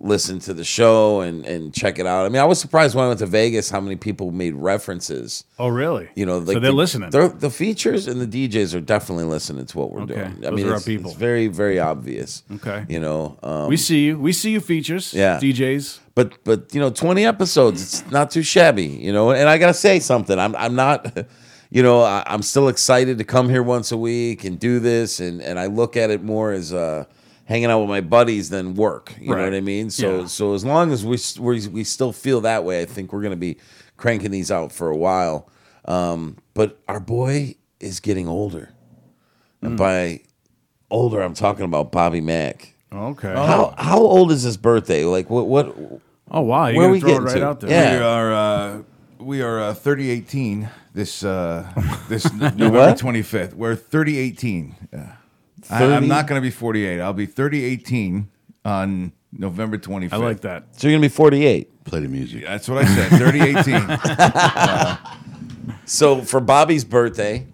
listen to the show and, and check it out. I mean, I was surprised when I went to Vegas how many people made references.
Oh, really?
You know, like
so they're
the,
listening.
they're- the features and the DJs are definitely listening to what we're
Okay.
doing. I
Those
mean,
are our
it's,
people.
it's very, very obvious.
Okay.
You know, um,
we see you. We see you features.
Yeah.
DJs.
but but you know, twenty episodes, it's not too shabby, you know. And I gotta say something. I'm I'm not, you know, I, I'm still excited to come here once a week and do this, and and I look at it more as uh, hanging out with my buddies than work. You know
Right.
what I mean? So
Yeah.
so as long as we s- we we still feel that way, I think we're gonna be cranking these out for a while. Um, but our boy is getting older,
Hmm.
and by older, I'm talking about Bobby Mack.
Okay.
How how old is his birthday? Like what what?
Oh, wow. You're
Where
going
we
to throw it
getting
right
to?
out there.
Yeah.
We are uh, we are uh, thirty eighteen this uh, this November
what?
twenty fifth. We're thirty eighteen. Yeah. I, I'm
30?
not going to be forty eight. I'll be thirty eighteen on November twenty
I
fifth.
like that.
So you're gonna be 48.
Play the music.
That's what I said. Thirty eighteen.
So for Bobby's birthday,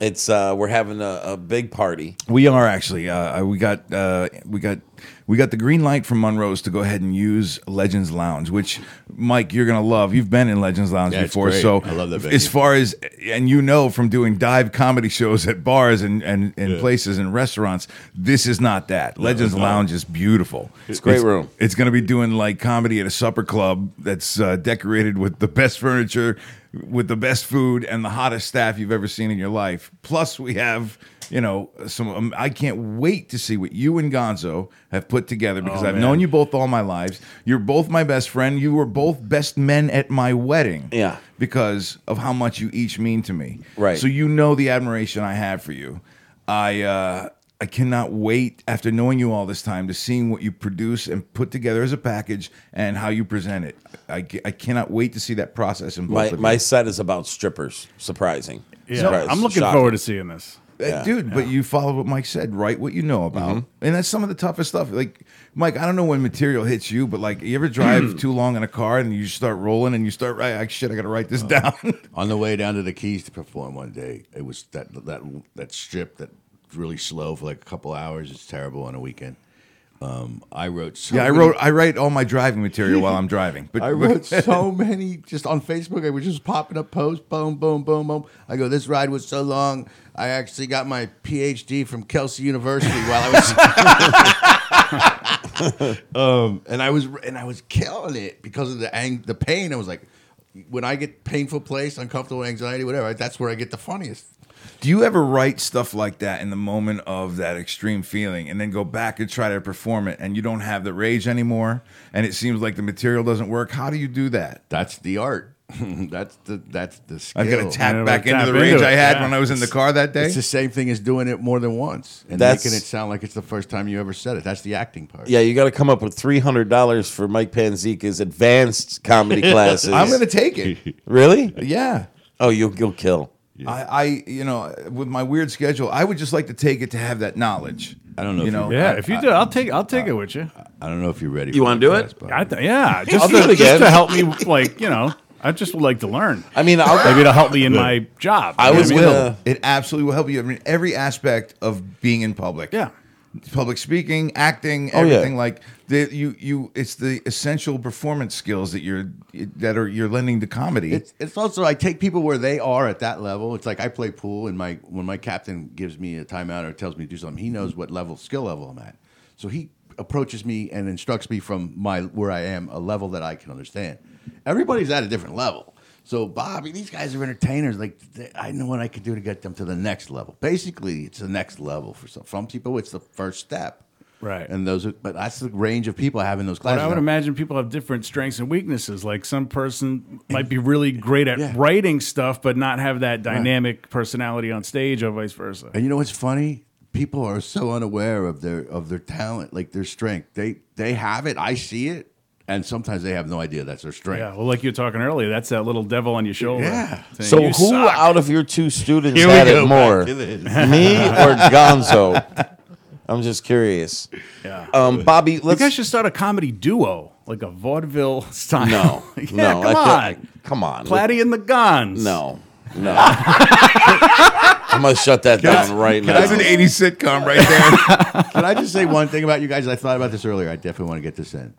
it's uh, we're having a, a big party.
We are actually. Uh, I- we got uh, we got we got the green light from Monroe's to go ahead and use Legends Lounge, which Mike, you're gonna love. You've been in Legends Lounge
Yeah, it's
before,
great.
so
I love that venue.
As far as and you know from doing dive comedy shows at bars and and, and places and restaurants, this is not that. Legends Lounge is beautiful. It's
a great room.
It's gonna be doing like comedy at a supper club that's uh, decorated with the best furniture, with the best food, and the hottest staff you've ever seen in your life. Plus, we have you know some. Um, I can't wait to see what you and Gonzo have put together because
Oh,
I've known you both all my lives. You're both my best friend. You were both best men at my wedding.
Yeah.
because of how much you each mean to me.
Right.
So you know the admiration I have for you. I uh, I cannot wait after knowing you all this time to seeing what you produce and put together as a package and how you present it. I, ca- I cannot wait to see that process in both
My
of
my
you.
set is about strippers. Surprising.
Yeah.
Surprise.
I'm looking
Shocking.
forward to seeing this.
Uh, dude. But you follow what Mike said. Write what you know about, and that's some of the toughest stuff. Like Mike, I don't know when material hits you, but like you ever drive too long in a car and you start rolling and you start right. Like, shit, I gotta write this down.
On the way down to the Keys to perform one day, it was that that that strip that really slow for like a couple hours. It's terrible on a weekend. Um, I wrote. So
Yeah, I
many-
wrote. I write all my driving material while I'm driving. But
I wrote so many just on Facebook. I was just popping up posts, boom, boom, boom, boom. I go, this ride was so long. I actually got my PhD from Kelsey University while I was, um, and I was, and I was killing it because of the ang- the pain. I was like, when I get painful place, uncomfortable anxiety, whatever, that's where I get the funniest.
do you ever write stuff like that in the moment of that extreme feeling, and then go back and try to perform it, and you don't have the rage anymore, and it seems like the material doesn't work? How do you do that?
That's the art. that's the that's the skill.
I've got to
Yeah,
tap
but
back into
tap
the
into
rage
it,
I had
yeah.
when I was in the car that day.
It's the same thing as doing it more than once and
That's-
making it sound like it's the first time you ever said it. That's the acting part.
Yeah, you got to come up with three hundred dollars for Mike Panzica's advanced comedy classes.
I'm gonna take it.
really?
Yeah.
Oh, you'll you'll kill.
I, I, you know, with my weird schedule, I would just like to take it to have that knowledge.
I don't know
You
if you-
know,
Yeah,
I-
if you do, I'll take I'll take it with you.
I don't know if you're ready.
You
for
wanna
the
do
class,
it?
but-
I th- yeah, just,
do it
to, just
again.
to help me, like you know, I just would like to learn.
I mean, I'll,
Maybe to help me in my job.
I
You know
was
what
will.
gonna-
It absolutely will help you. I mean, every aspect of being in public.
Yeah.
Public speaking, acting,
Oh, yeah.
everything like the, you, you. It's the essential performance skills that you're that are you're lending to comedy.
It's, it's also I take people where they are at that level. It's like I play pool, and my when my captain gives me a timeout or tells me to do something, he knows what level skill level I'm at. So he approaches me and instructs me from my where I am, a level that I can understand. Everybody's at a different level. So Bobby, these guys are entertainers. Like th- I know what I can do to get them to the next level. Basically, it's the next level for some, some people. It's the first step.
Right.
And those, are, but that's the range of people I have in those
But
classes.
I would
I'm-
imagine people have different strengths and weaknesses. Like some person might be really great at
Yeah.
writing stuff, but not have that dynamic personality on stage, or vice versa.
And you know what's funny? People are so unaware of their of their talent, like their strength. They they have it. I see it, and sometimes they have no idea that's their
Yeah,
strength.
well, like you were talking earlier, that's that little devil on your shoulder.
Yeah.
saying,
so
"You
who
suck."
out of your two students
Here we
had
go
it
back
more,
to
me
this.
or Gonzo? I'm just curious.
Yeah.
Um, Bobby,
You
let's.
guys should start a comedy duo, like a vaudeville style.
no,
yeah,
no,
come
I feel-
on,
come on,
Platty and the Gons.
No, no. I'm gonna shut that down right now.
That's an '80s sitcom right there.
Can I just say one thing about you guys? I thought about this earlier. I definitely want to get this in.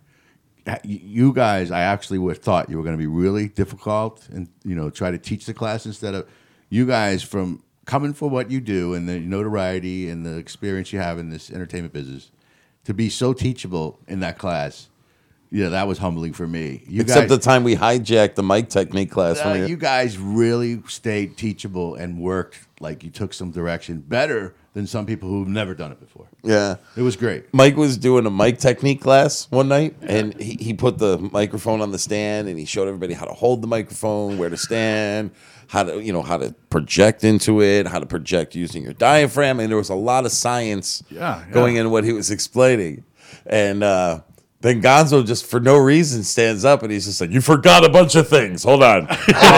Ha- y- You guys, I actually would have thought you were going to be really difficult, and you know, try to teach the class instead of you guys from coming for what you do and the notoriety and the experience you have in this entertainment business to be so teachable in that class. Yeah, that was humbling for me. You guys,
Except the time we hijacked the mic technique class.
Uh,
when we-
you guys really stayed teachable and worked like you took some direction better than some people who've never done it before.
yeah.
It was great.
Mike was doing a mic technique class one night, and he, he put the microphone on the stand, and he showed everybody how to hold the microphone, where to stand, how to you know how to project into it, how to project using your diaphragm, and there was a lot of science
Yeah, yeah.
going in what he was explaining, and uh, then Gonzo just for no reason stands up and he's just like, "You forgot a bunch of things. Hold on."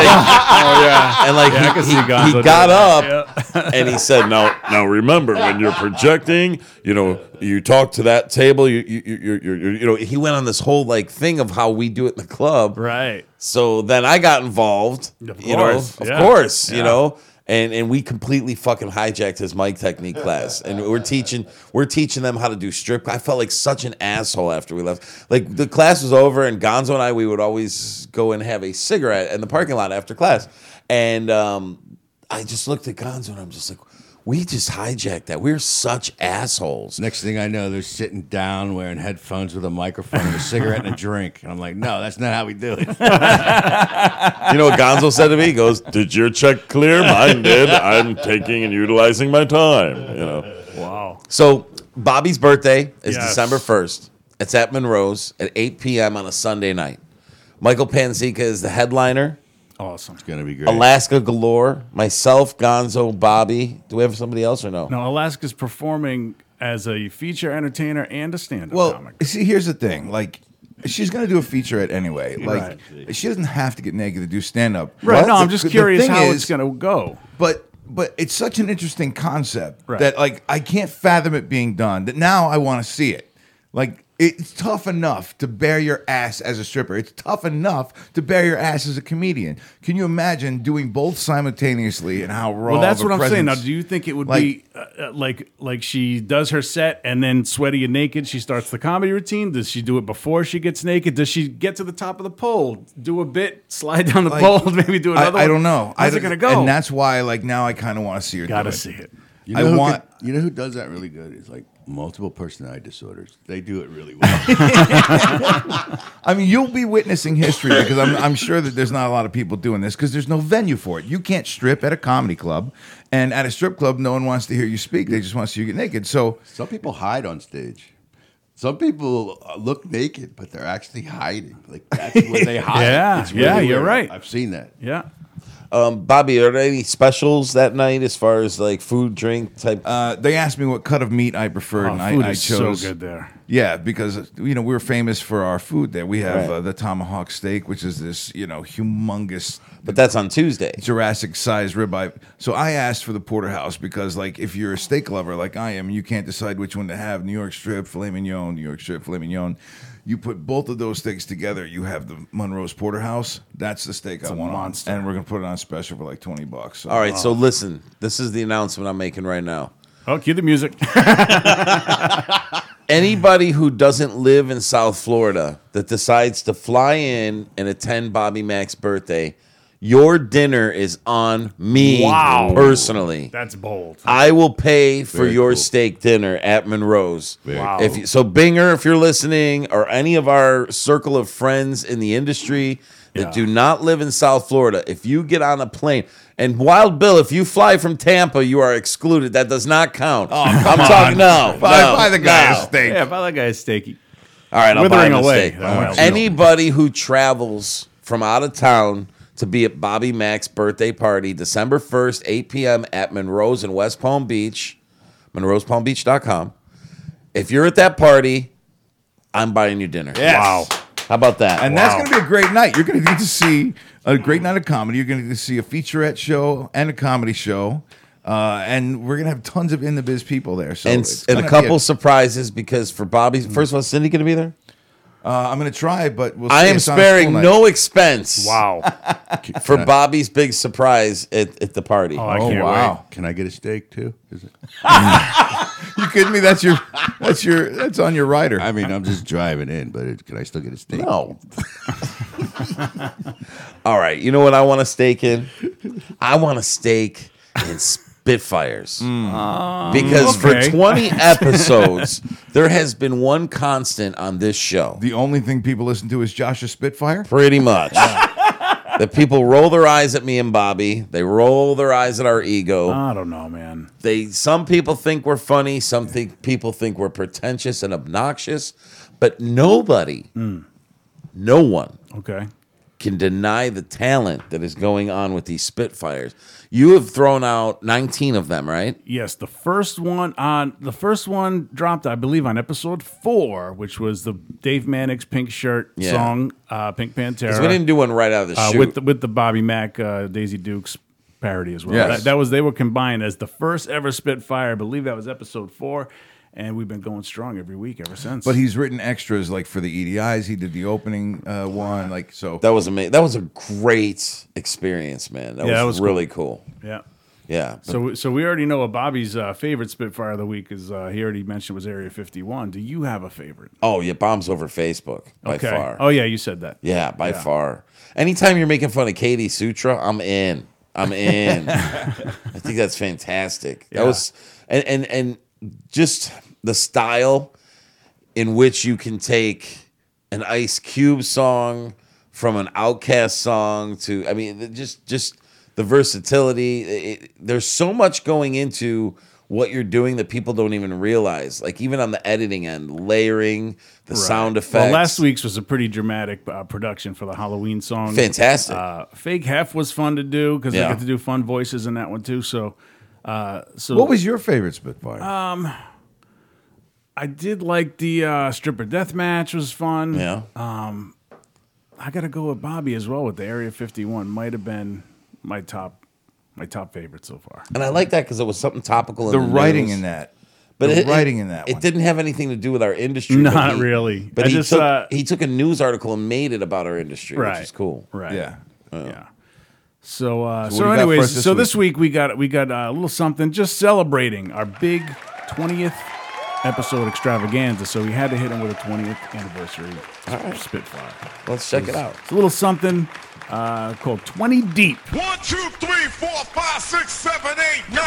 Oh yeah.
And like
Yeah, I
he,
can see
he-
Gonzo
he
doing
got
that.
up and he said, "Now, now remember when you're projecting, you know, you talk to that table. You, you, you, you, you, you know." He went on this whole like thing of how we do it in the club.
Right.
So then I got involved.
Of
you know,
course,
of
yeah.
course,
Yeah.
you know. And, and we completely fucking hijacked his mic technique class, and we're teaching we're teaching them how to do strip. I felt like such an asshole after we left. Like the class was over, and Gonzo and I we would always go and have a cigarette in the parking lot after class, and um, I just looked at Gonzo and I'm just like, we just hijacked that. We're such assholes.
Next thing I know, they're sitting down wearing headphones with a microphone, and a cigarette, and a drink. And I'm like, no, that's not how we do it.
You know what Gonzo said to me? He goes, "Did your check clear? Mine did. I'm taking and utilizing my time." You know.
Wow.
So Bobby's birthday is
Yes.
December first. It's at Monroe's at 8 p.m. on a Sunday night. Michael Panzica is the headliner.
Awesome.
Gonna be great.
Alaska Galore, myself, Gonzo, Bobby. Do we have somebody else or no?
Now Alaska's performing as a feature entertainer and a stand-up
well,
comic.
see, here's the thing. Like, she's gonna do a featurette anyway. Like,
Right.
she doesn't have to get naked to do stand up.
Right. No, I'm just curious how
it's
it's going to go.
but but it's such an interesting concept
Right.
that like I can't fathom it being done. That now I want to see it. Like it's tough enough to bare your ass as a stripper. It's tough enough to bare your ass as a comedian. Can you imagine doing both simultaneously and how raw?
Well, that's
of
what
a
I'm saying. Now,
presence-
do you think it would
Like-
be uh, uh, like like she does her set and then sweaty and naked? She starts the comedy routine. Does she do it before she gets naked? Does she get to the top of the pole, do a bit, slide down the
Like,
pole, maybe do another?
I, I
one?
don't know. I
How's it
don't-
gonna go?
And that's why, like now, I kind of want to see her. do
gotta
it.
see it.
You
I
know who
want-
could- you know who does that really good? It's like multiple personality disorders. They do it really well.
I mean, you'll be witnessing history because I'm, I'm sure that there's not a lot of people doing this because there's no venue for it. You can't strip at a comedy club, and at a strip club, no one wants to hear you speak. They just want to see you get naked. So
Some people hide on stage. Some people uh, look naked, but they're actually hiding. Like that's where they hide.
Yeah, yeah, you're right.
I've seen that.
Yeah.
Um, Bobby, are there any specials that night as far as like food, drink type?
uh, they asked me what cut of meat I preferred,
Oh,
and I,
food
I
is
chose.
so good there.
Yeah, because you know we were famous for our food. There we have
Right.
uh, the tomahawk steak, which is this you know humongous
But that's on Tuesday.
Jurassic size ribeye. So I asked for the porterhouse because, like, if you're a steak lover like I am, you can't decide which one to have New York strip, filet mignon, New York strip, filet mignon. You put both of those steaks together, you have the Monroe's porterhouse. That's the steak I want. on.
monster.
And we're going to put it on special for like 20 bucks. So-
All right, so listen, this is the announcement I'm making right now.
Oh, cue the music.
Anybody who doesn't live in South Florida that decides to fly in and attend Bobby Mack's birthday, your dinner is on me
Wow.
personally.
That's bold.
I will pay for
Very
your
cool.
steak dinner at Monroe's.
Wow.
If you, so, Binger, if you're listening, or any of our circle of friends in the industry that
Yeah.
do not live in South Florida, if you get on a plane, and Wild Bill, if you fly from Tampa, you are excluded. That does not count.
Oh,
I'm talking no.
Buy,
no,
buy the guy
no.
a steak.
yeah, by that guy's steaky.
All right, I'll buy
Withering
him a
away. Oh,
steak.
All right.
Anybody who travels from out of town to be at Bobby Mack's birthday party, December 1st, 8 p.m. at Monroe's in West Palm Beach, monroespalmbeach.com. If you're at that party, I'm buying you dinner.
Yes.
Wow.
How about that?
And that's
Wow.
going to be a great night. You're going to get to see a great night of comedy. You're going to get to see a featurette show and a comedy show. Uh, and we're going to have tons of in the biz people there. So
and,
it's
and
gonna
a
be Mm.
couple surprises because for Bobby's, first of all, is Cindy going to be there?
Uh, I'm gonna try, but we'll.
I
see.
am
It's on a school
sparing
night.
no expense
Wow.
for Bobby's big surprise at, at the party.
I
Oh
can't
wow!
Can I get a steak too? Is it?
You kidding me? That's your. That's your. That's on your rider.
I mean, I'm just driving in, but it, can I still get a steak?
No. Oh. All right. You know what I want a steak in? I want a steak in Spitfires. because
okay.
for 20 episodes, there has been one constant on this show.
the only thing people listen to is Joshua Spitfire.
Pretty much. the people roll their eyes at me and Bobby. They roll their eyes at our ego.
I don't know, man.
they some people think we're funny, some think people think we're pretentious and obnoxious, but nobody, no one
Okay.
can deny the talent that is going on with these Spitfires. You have thrown out 19 of them, right?
Yes, the first one on the first one dropped, I believe, on episode four, which was the Dave Mannix Pink Shirt
Yeah.
song, uh, Pink Pantera,
'Cause we didn't do one right out of the
uh,
shoot.
with the, with the Bobby Mack uh, Daisy Dukes parody as well.
Yes.
That, that was they were combined as the first ever Spitfire. I believe that was episode four, and we've been going strong every week ever since.
But he's written extras like for the EDIs. He did the opening uh, one, like so.
that was amazing. That was a great experience, man. That,
Yeah,
was,
that was
really cool.
yeah.
Yeah.
So, we- so we already know what Bobby's uh, favorite Spitfire of the week is. Uh, he already mentioned was Area 51. Do you have a favorite?
oh, yeah, bombs over Facebook by far.
Oh yeah, you said that.
yeah, by far. Anytime you're making fun of Katie Sutra, I'm in. I'm in. I think that's fantastic. That was and and and just the style in which you can take an Ice Cube song from an Outcast song to I mean the- just just the versatility. It- it- there's so much going into what you're doing that people don't even realize. Like even on the editing end, layering the sound effects.
Well, last week's was a pretty dramatic uh, production for the Halloween song.
fantastic.
Uh, Fake Hef was fun to do because
Yeah.
I get to do fun voices in that one too. So, uh, so
What was your favorite Spitfire?
I did like the uh, stripper death match was fun.
yeah.
I got to go with Bobby as well with the Area 51. Might have been my top, my top favorite so far.
And I like that because it was something topical. In
the
the,
writing
news.
in that.
But
The
it,
writing
it,
in that
it
one.
didn't have anything to do with our industry. but
Not really.
But
I
he
just,
took
uh,
he took a news article and made it about our industry,
right.
which is cool.
Right.
Yeah.
yeah. So, uh, so,
do you got for
anyways,
us this
so
week?
this week we got we got uh, a little something just celebrating our big twentieth episode extravaganza. So we had to hit them with a twentieth anniversary Spitfire.
Let's check it out.
It's a little something uh, called Twenty Deep.
One, two, three, four, five, six, seven, eight, nine.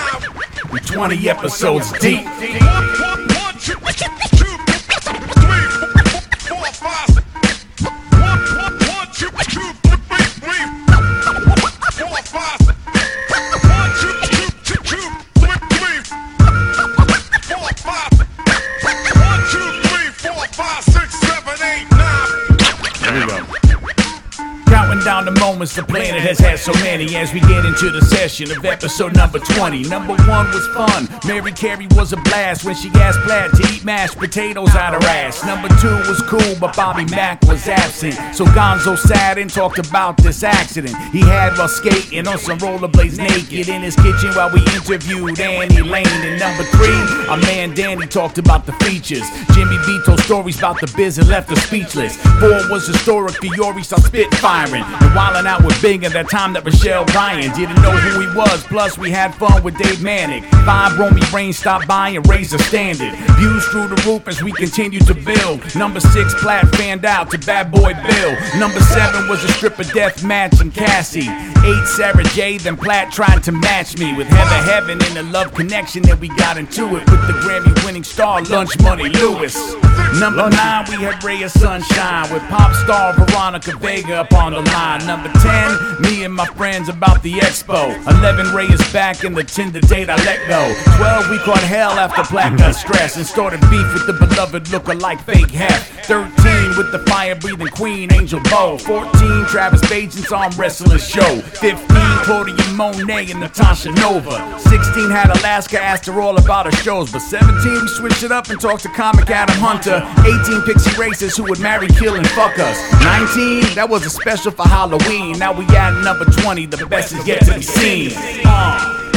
Twenty episodes deep.
One, one, two, two, three, four, five, six. One, one, one, two, two, three, three, four, five, six. One, two, two, two, two, three, three, four, five, six. One, two, three, four, five, six, seven, eight, nine.
Counting down the moments the planet has had so many as we get into the session of episode number 20. Number one was fun. Mary Carey was a blast when she asked Plaid to eat mashed potatoes out her ass. Number two was cool, but Bobby Mack was absent. So Gonzo sat and talked about this accident he had while skating on some rollerblades naked in his kitchen while we interviewed Annie Lane. And number three, our man Danny talked about the features. Jimmy B told stories about the biz and left us speechless. Four was historic, Fiore started spit firing. And wildin' out with Bing at that time that Michelle Ryan didn't know who he was. Plus, we had fun with Dave Manic. Five Romy Rain stopped by and raised a standard. Views through the roof as we continued to build. Number six, Platt fanned out to Bad Boy Bill. Number seven was a stripper death match and Cassie. Eight, Sarah J. Then Platt tried to match me with Heather Heaven and the love connection that we got into it with the Grammy winning star Lunch Money Lewis. Number nine, we had Ray of Sunshine with pop star Veronica Vega up on the line. Number ten, me and my friends about the expo. Eleven, Ray is back and the Tinder date I let go. Twelve, we caught hell after black got stress and started beef with the beloved lookalike fake half. Thirteen, with the fire breathing queen Angel Bo. Fourteen, Travis Bajan's arm wrestling show. Fifteen, Claudia Monet and Natasha Nova. Sixteen, had Alaska asked her all about her shows, but seventeen, we switched it up and talked to comic Adam Hunter. Eighteen, Pixie Racers who would marry, kill, and fuck us. Nineteen, that was a special for Halloween. Now we at number twenty, the best is yet to be seen. Uh.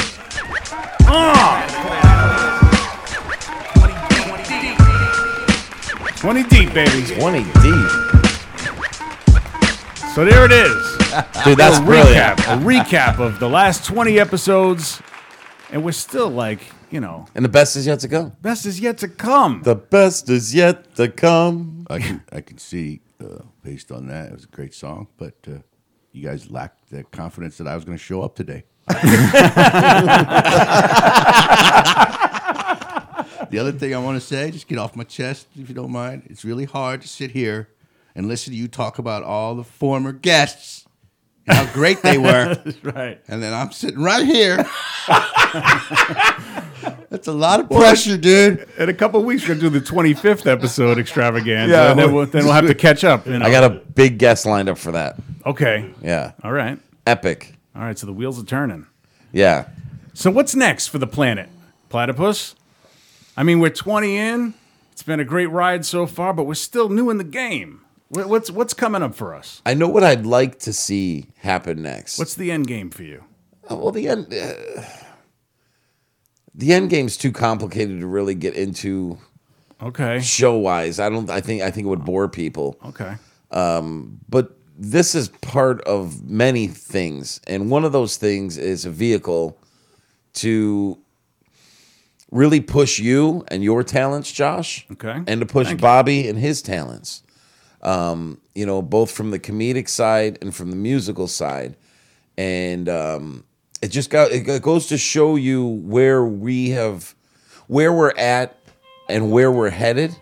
Uh. 20 deep, baby.
Twenty deep,
So there it is.
dude. That's
a
brilliant.
recap, a recap of the last 20 episodes, and we're still like, you know,
And the best is yet to come.
best is yet to come.
The best is yet to come.
I can I can see uh, based on that it was a great song, but uh, you guys lacked the confidence that I was going to show up today. the other thing I want to say, just get off my chest if you don't mind. It's really hard to sit here and listen to you talk about all the former guests and how great they were,
right.
and then I'm sitting right here. That's a lot of pressure, dude.
In a couple of weeks, we're going to do the 25th episode extravaganza,
Yeah.
and then we'll, then we'll have to catch up. You know?
I got a big guest lined up for that.
Okay.
Yeah,
All right.
epic.
All right. So the wheels are turning.
Yeah,
So what's next for the planet? Platypus? I mean, we're 20 in. It's been a great ride so far, but we're still new in the game. What- What's, what's coming up for us?
I know what I'd like to see happen next.
What's the end game for you?
Uh, well the end uh, the end game's too complicated to really get into
Okay.
show wise i don't i think i think it would bore people
Okay.
but this is part of many things and one of those things is a vehicle to really push you and your talents josh
Okay.
and to push bobby and his talents um, you know both from the comedic side and from the musical side and um, it just got it go- goes to show you where we have where we're at and where we're headed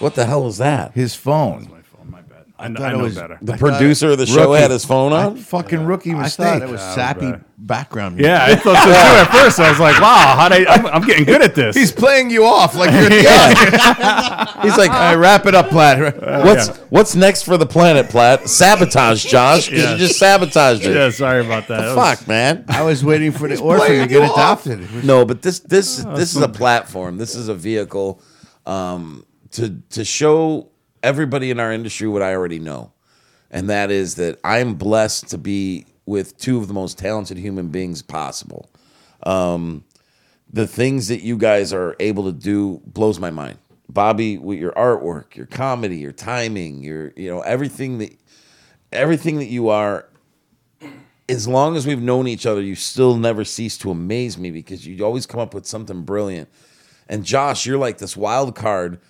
what the hell was that
His phone.
My fault. My bad. I, kn-
thought
I
it
know
was-
better.
the producer of the show
Rookie.
had his phone on.
Fucking rookie
I
mistake.
thought it was sappy
better.
background music.
Yeah, I thought so too at first. I was like, wow, how do I, I'm, I'm getting good at this.
He's playing you off like you're the
He's like,
All right, wrap it up, Platt.
"What's
yeah.
what's next for the planet, Platt? Sabotage, Josh. 'cause
Yeah.
You just sabotaged it.
yeah, sorry about that. That was-
Fuck, man.
I was waiting for the orphan to get adopted.
No, but this this this is a platform. This is a vehicle um, to to show everybody in our industry what I already know, and that is that I'm blessed to be with two of the most talented human beings possible. Um, the things that you guys are able to do blows my mind. Bobby, with your artwork, your comedy, your timing, your you know everything that everything that you are. As long as we've known each other, you still never cease to amaze me because you always come up with something brilliant. And Josh, you're like this wild card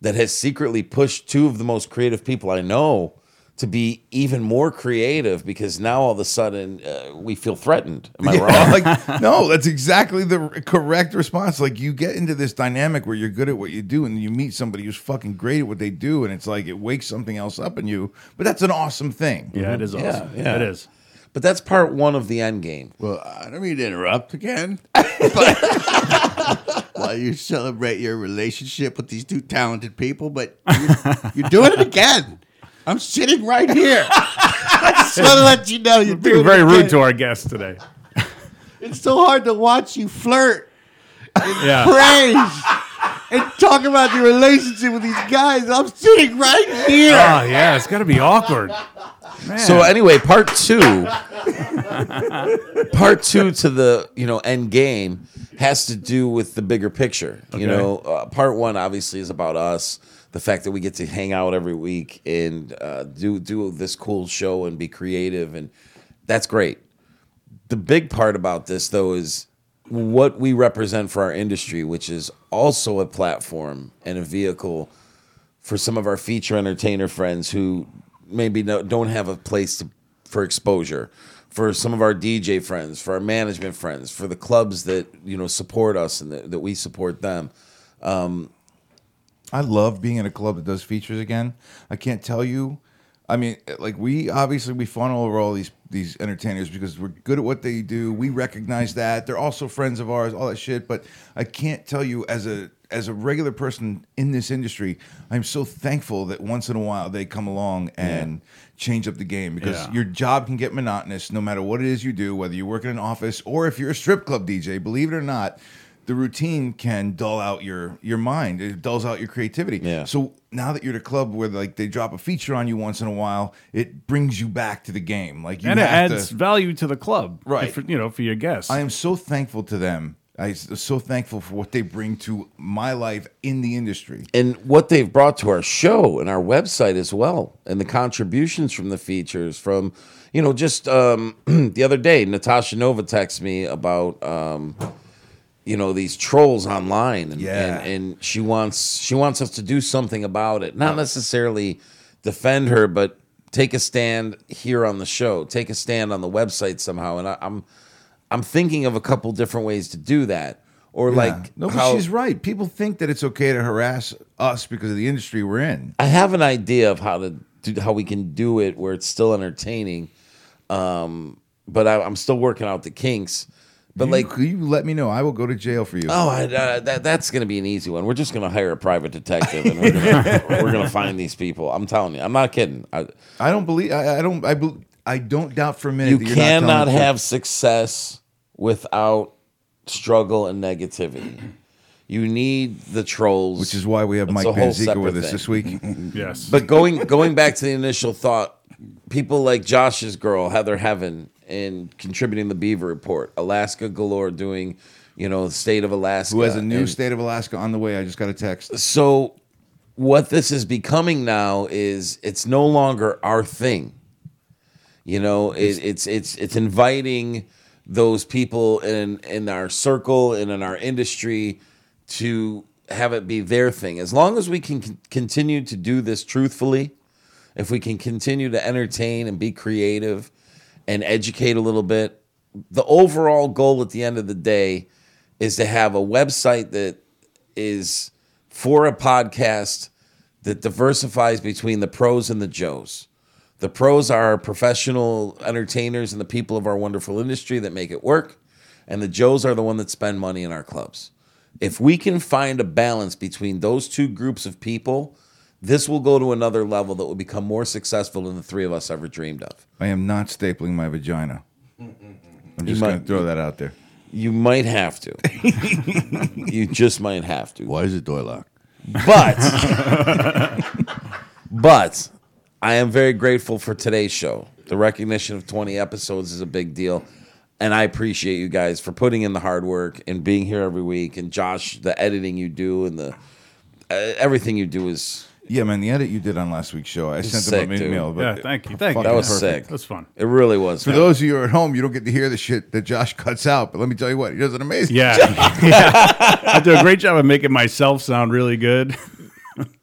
that has secretly pushed two of the most creative people I know to be even more creative because now all of a sudden uh, we feel threatened. Am I wrong?
like no that's exactly the r- correct response like you get into this dynamic where you're good at what you do and you meet somebody who's fucking great at what they do and it's like it wakes something else up in you but that's an awesome thing
Yeah, it is awesome.
yeah.
It is.
But that's part one of the end game.
Well, I don't mean to interrupt again, but while you celebrate your relationship with these two talented people, but you're, you're doing it again. I'm sitting right here. I just want to let you know you're
Being
doing
very
it
rude
again.
to our guests today.
It's so hard to watch you flirt,
Yeah.
praise, and talk about your relationship with these guys. I'm sitting right here.
Oh, yeah, it's got to be awkward.
So anyway, part two, part two to the you know end game has to do with the bigger picture. You know, uh, part one obviously is about us, the fact that we get to hang out every week and uh, do do this cool show and be creative, and that's great. The big part about this though is what we represent for our industry, which is also a platform and a vehicle for some of our feature entertainer friends who maybe no, don't have a place to, for exposure for some of our dj friends for our management friends for the clubs that you know support us and that, that we support them
I love being in a club that does features again. I can't tell you. I mean, like we obviously we funnel over all these these entertainers because we're good at what they do. We recognize that they're also friends of ours, all that shit. But I can't tell you as a as a regular person in this industry, I'm so thankful that once in a while they come along and change up the game because
Yeah.
your job can get monotonous no matter what it is you do, whether you work in an office or if you're a strip club DJ. Believe it or not, the routine can dull out your your mind. It dulls out your creativity.
Yeah.
So now that you're at a club where like they drop a feature on you once in a while, it brings you back to the game. Like you
and it
have
adds
to.
value to the club.
Right.
For, you know, for your guests.
I am so thankful to them. I'm so thankful for what they bring to my life in the industry.
and what they've brought to our show and our website as well, and the contributions from the features from, you know, just um, the other day, Natasha Nova texted me about, um, you know, these trolls online, and,
Yeah.
and and she wants she wants us to do something about it, not necessarily defend her, but take a stand here on the show, take a stand on the website somehow, and I, I'm I'm thinking of a couple different ways to do that, or like
no, but
how-
she's right. People think that it's okay to harass us because of the industry we're in.
I have an idea of how to do, how we can do it where it's still entertaining, um, but I, I'm still working out the kinks. But like,
Could you let me know? I will go to jail for you.
oh, I, uh, that that's gonna be an easy one. We're just gonna hire a private detective and we're gonna, we're gonna find these people. I'm telling you, I'm not kidding. I,
I don't believe. I, I don't. I. bel I don't doubt for a minute.
you
that you're not telling the
cannot
truth.
have success without struggle and negativity. You need the trolls,
which is why we have
That's
Mike
a whole
Banzica
separate
with us
thing.
this week.
yes.
But going going back to the initial thought, people like Josh's girl Heather Heaven and contributing the Beaver Report, Alaska Galore doing, you know, the state of Alaska,
Who has a new
and-
state of Alaska on the way? I just got a text.
so what this is becoming now is it's no longer our thing you know it, it's it's it's inviting those people in in our circle and in our industry to have it be their thing as long as we can con- continue to do this truthfully if we can continue to entertain and be creative and educate a little bit the overall goal at the end of the day is to have a website that is for a podcast that diversifies between the pros and the joes. The pros are professional entertainers and the people of our wonderful industry that make it work, and the joes are the one that spend money in our clubs. If we can find a balance between those two groups of people, this will go to another level that will become more successful than the three of us ever dreamed of.
I am not stapling my vagina. I'm just
might-
going to throw that out there.
You might have to. you just might have to.
Why is it door locked?
But, but I am very grateful for today's show. The recognition of 20 episodes is a big deal. And I appreciate you guys for putting in the hard work and being here every week. And Josh, the editing you do and the uh, everything you do is
Yeah, man, the edit you did on last week's show, I sent
sick,
them an
dude.
email. But
Yeah, thank you. Thank you.
that was
Perfect.
sick.
That's fun.
It really was.
For those of you who are at home, you don't get to hear the shit that Josh cuts out. But let me tell you what, he does an amazing.
Yeah. Yeah. I do a great job of making myself sound really good.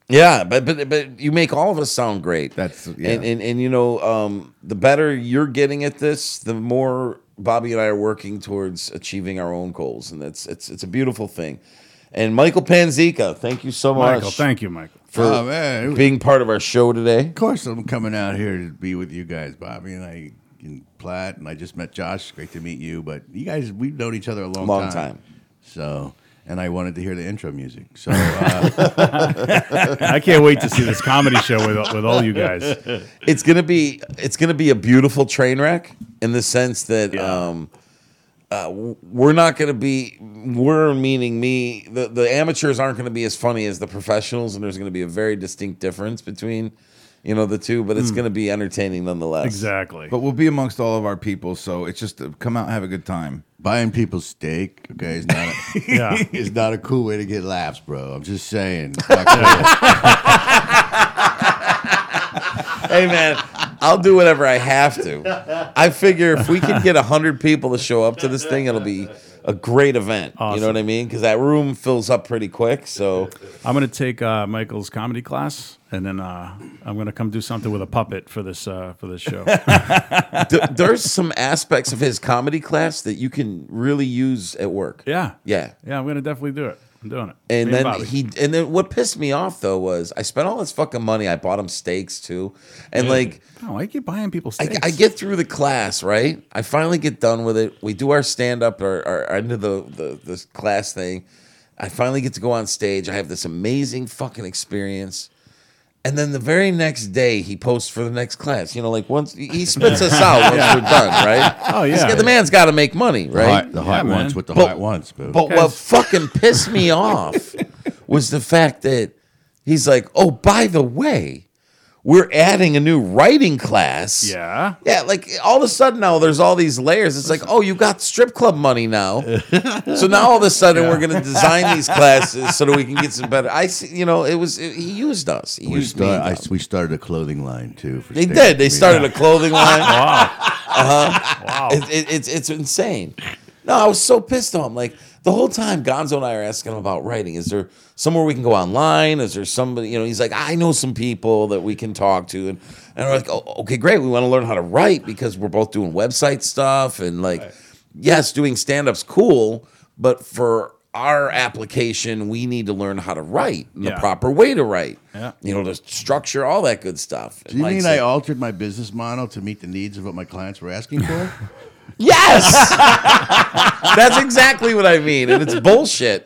Yeah, but but but you make all of us sound great.
That's-
and
yeah.
and, and you know, um, the better you're getting at this, the more Bobby and I are working towards achieving our own goals, and that's it's it's a beautiful thing. And Michael Panzica, thank you so much
Michael, thank you, Michael.
for
Oh, man. Of
being part of our show today.
course, I'm coming out here to be with you guys, Bobby, and I and Platt, and I just met Josh. Great to meet you, but you guys, we've known each other a long,
Long
time.
time.
So, and I wanted to hear the intro music. So, uh,
I can't wait to see this comedy show with, with all you guys.
It's gonna be it's gonna be a beautiful train wreck in the sense that um, uh, w- we're not gonna be we're meaning me the the amateurs aren't gonna be as funny as the professionals, and there's gonna be a very distinct difference between you know the two, but it's gonna be entertaining nonetheless.
Exactly.
But we'll be amongst all of our people, so it's just uh, come out and have a good time.
buying people steak, okay, is not a,
Yeah.
is not a cool way to get laughs, bro. I'm just saying. It's not cool.
Hey man, I'll do whatever I have to. I figure if we can get hundred people to show up to this thing, it'll be a great event. You know what I mean? Because that room fills up pretty quick, so.
I'm going to take uh, Michael's comedy class, and then uh, I'm going to come do something with a puppet for this uh, for this show.
Th- there's some aspects of his comedy class that you can really use at work.
yeah.
Yeah.
Yeah, I'm going to definitely do it. I'm doing it.
And
Me
then
Bobby.
he and then what pissed me off though was I spent all this fucking money. I bought him steaks too. And like
Oh, I keep buying people
I,
steaks.
I get through the class, right? I finally get done with it. We do our stand up or our end of the, the the class thing. I finally get to go on stage. I have this amazing fucking experience. And then the very next day, he posts for the next class. You know, like once he- he spits us out once we're done, right?
Oh,
He's
yeah.
got- the man's got to make money,
the
right?
hot, the hot
man.
ones with the
But-
hot ones, boo.
But what fucking pissed me off was the fact that he's like, oh, by the way, we're adding a new writing class.
yeah.
Yeah, like all of a sudden now there's all these layers. It's like, oh, you got strip club money now. so now all of a sudden we're going to design these classes so that we can get some better. I see, you know, it was, he used us. He
we,
used
start,
me.
I, we started a clothing line too. For
they
steak.
did. They
We-
started a clothing line. Uh-huh.
Wow.
It, it, it's it's insane. No, I was so pissed off. I'm like the whole time Gonzo and I are asking him about writing. Is there somewhere we can go online? Is there somebody you know? He's like, I know some people that we can talk to, and and we're like, oh, okay, great. We want to learn how to write because we're both doing website stuff and like, yes, doing stand ups cool, but for our application, we need to learn how to write and the
Yeah.
proper way to write.
Yeah.
You know, the structure, all that good stuff.
Do you mean I altered my business model to meet the needs of what my clients were asking for?
Yes, that's exactly what I mean, and it's bullshit.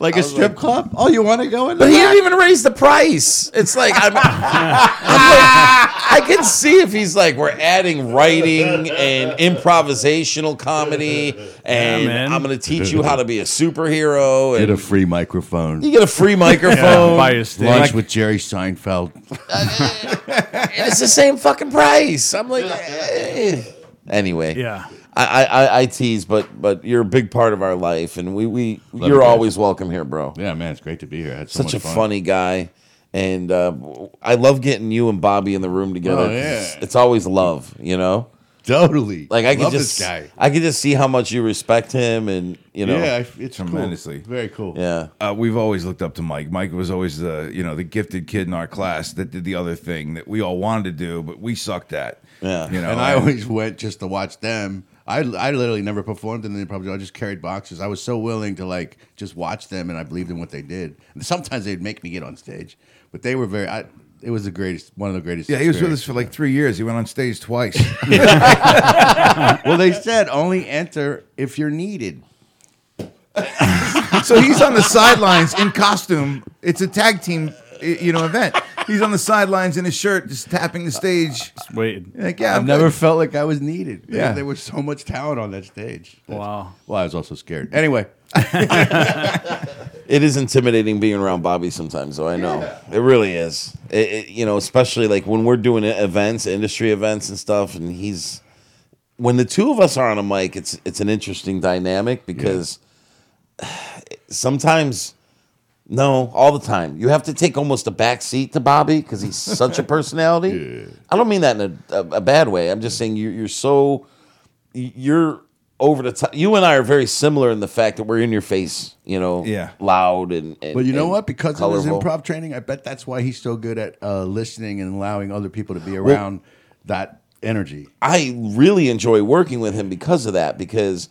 like
I
a
was
strip club? Oh, you want to go in?
but he
there?
didn't even raise the price. It's like I'm, I'm like, I can see if he's like we're adding writing and improvisational comedy, and
man.
I'm gonna teach you how to be a superhero, and
Get a free microphone.
you get a free microphone.
buy a steak.
Lunch with Jerry Seinfeld.
and it's the same fucking price. I'm like, eh. anyway,
Yeah.
I, I- I I tease, but but you're a big part of our life, and we we you're
you guys.
always welcome here, bro.
Yeah, man, it's great to be here. I had so
such a
much fun.
funny guy. And uh, I love getting you and Bobby in the room together.
Oh, yeah.
It's- It's always love, you know.
Totally.
Like I can
Love
just,
this guy.
I can just see how much you respect him, and you know,
yeah, I- it's
Tremendously.
cool. very cool.
yeah.
Uh, we've always looked up to Mike. Mike was always the you know the gifted kid in our class that did the other thing that we all wanted to do, but we sucked at.
Yeah.
you know.
And I always went just to watch them. I, I literally never performed in the improv. I just carried boxes. I was so willing to like just watch them, and I believed in what they did. And sometimes they'd make me get on stage, but they were very. I, it was the greatest, one of the greatest.
yeah, he was with us
experiences.
for like three years. He went on stage twice.
Well, they said only enter if you're needed.
so he's on the sidelines in costume. It's a tag team, i- you know, event. He's on the sidelines in his shirt, just tapping the stage.
Wait.
Like, yeah,
I've
I'm
never
good.
felt like I was needed.
Yeah.
Yeah, there was so much talent on that stage. That's-
Wow.
Well, I was also scared. Anyway,
It is intimidating being around Bobby sometimes, though. I know it really is. It, it, you know, especially like when we're doing events, industry events, and stuff, and he's when the two of us are on a mic, it's it's an interesting dynamic because sometimes, no, all the time, you have to take almost a back seat to Bobby because he's such a personality. I don't mean that in a, a, a bad way. I'm just saying you, you're so you're over the top. You and I are very similar in the fact that we're in your face, you know,
Yeah.
loud and, and
But you know
and
what? Because of
colorful.
his improv training, I bet that's why he's so good at uh, listening and allowing other people to be around that energy.
I really enjoy working with him because of that because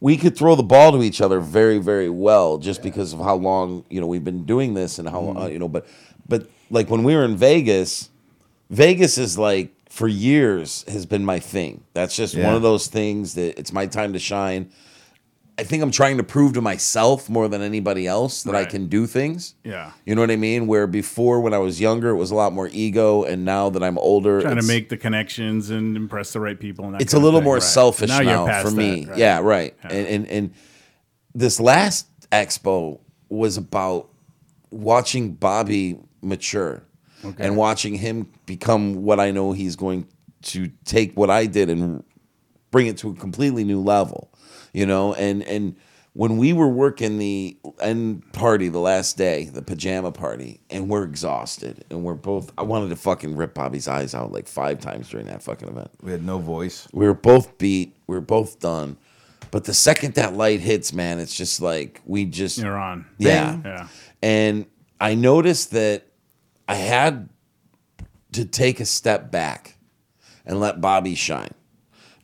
we could throw the ball to each other very very well just because of how long you know we've been doing this and how
Mm-hmm.
long you know but but like when we were in Vegas Vegas is like for years has been my thing that's just one
Yeah.
of those things that it's my time to shine I think I'm trying to prove to myself more than anybody else that I
Right.
can do things
Yeah.
you know what I mean where before when I was younger it was a lot more ego and now that I'm older
Trying to
it's-
make the connections and impress the right people. And that
it's a
kind of
little
thing,
more
right.
selfish now,
you're past
for
that,
me.
right.
Yeah, right. And, and and this last expo was about watching Bobby mature and watching him become what I know he's going to take what I did and bring it to a completely new level. You know, and and when we were working the end party the last day, the pajama party, and we're exhausted and we're both I wanted to fucking rip Bobby's eyes out like five times during that fucking event.
We had no voice.
We were both beat. We were both done. But the second that light hits, man, it's just like we just
You're on.
Yeah.
Yeah.
And I noticed that I had to take a step back and let Bobby shine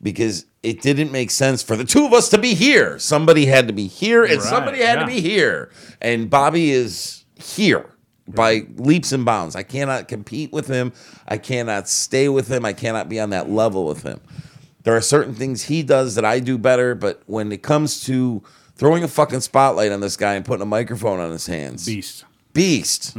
because it didn't make sense for the two of us to be here. Somebody had to be here and
Right,
somebody had to
yeah.
be here. And Bobby is here by leaps and bounds. I cannot compete with him. I cannot stay with him. I cannot be on that level with him. There are certain things he does that I do better, but when it comes to throwing a fucking spotlight on this guy and putting a microphone on his hands,
Beast.
beast.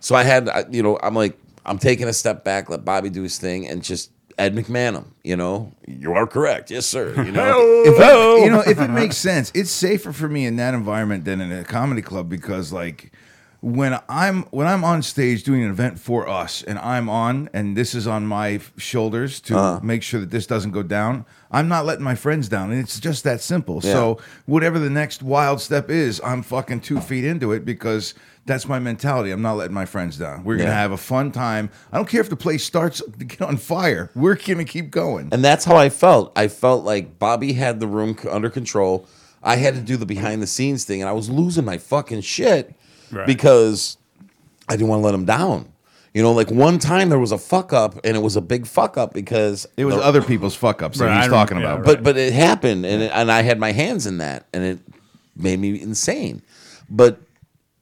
So I had, I- you know, I'm like, I'm taking a step back, let Bobby do his thing, and just Ed McManum, you know, you are correct, yes sir, you know,
If I,
Oh.
you know, if it makes sense, it's safer for me in that environment than in a comedy club because like when I'm when I'm on stage doing an event for us and I'm on and this is on my f- shoulders to
Uh.
make sure that this doesn't go down, I'm not letting my friends down. And it's just that simple. So whatever the next wild step is, I'm fucking two feet into it because that's my mentality. I'm not letting my friends down. We're gonna
Yeah.
have a fun time. I don't care if the place starts to get on fire. We're gonna keep going.
and that's how I felt. I felt like Bobby had the room c- under control. I had to do the behind the scenes thing, and I was losing my fucking shit
Right.
because I didn't want to let him down. You know, like one time there was a fuck up, and it was a big fuck up because
It was
the-
other people's fuck ups that
Right, I
he's
don't-
talking
yeah,
about.
right.
but but it happened and it, and I had my hands in that and it made me insane but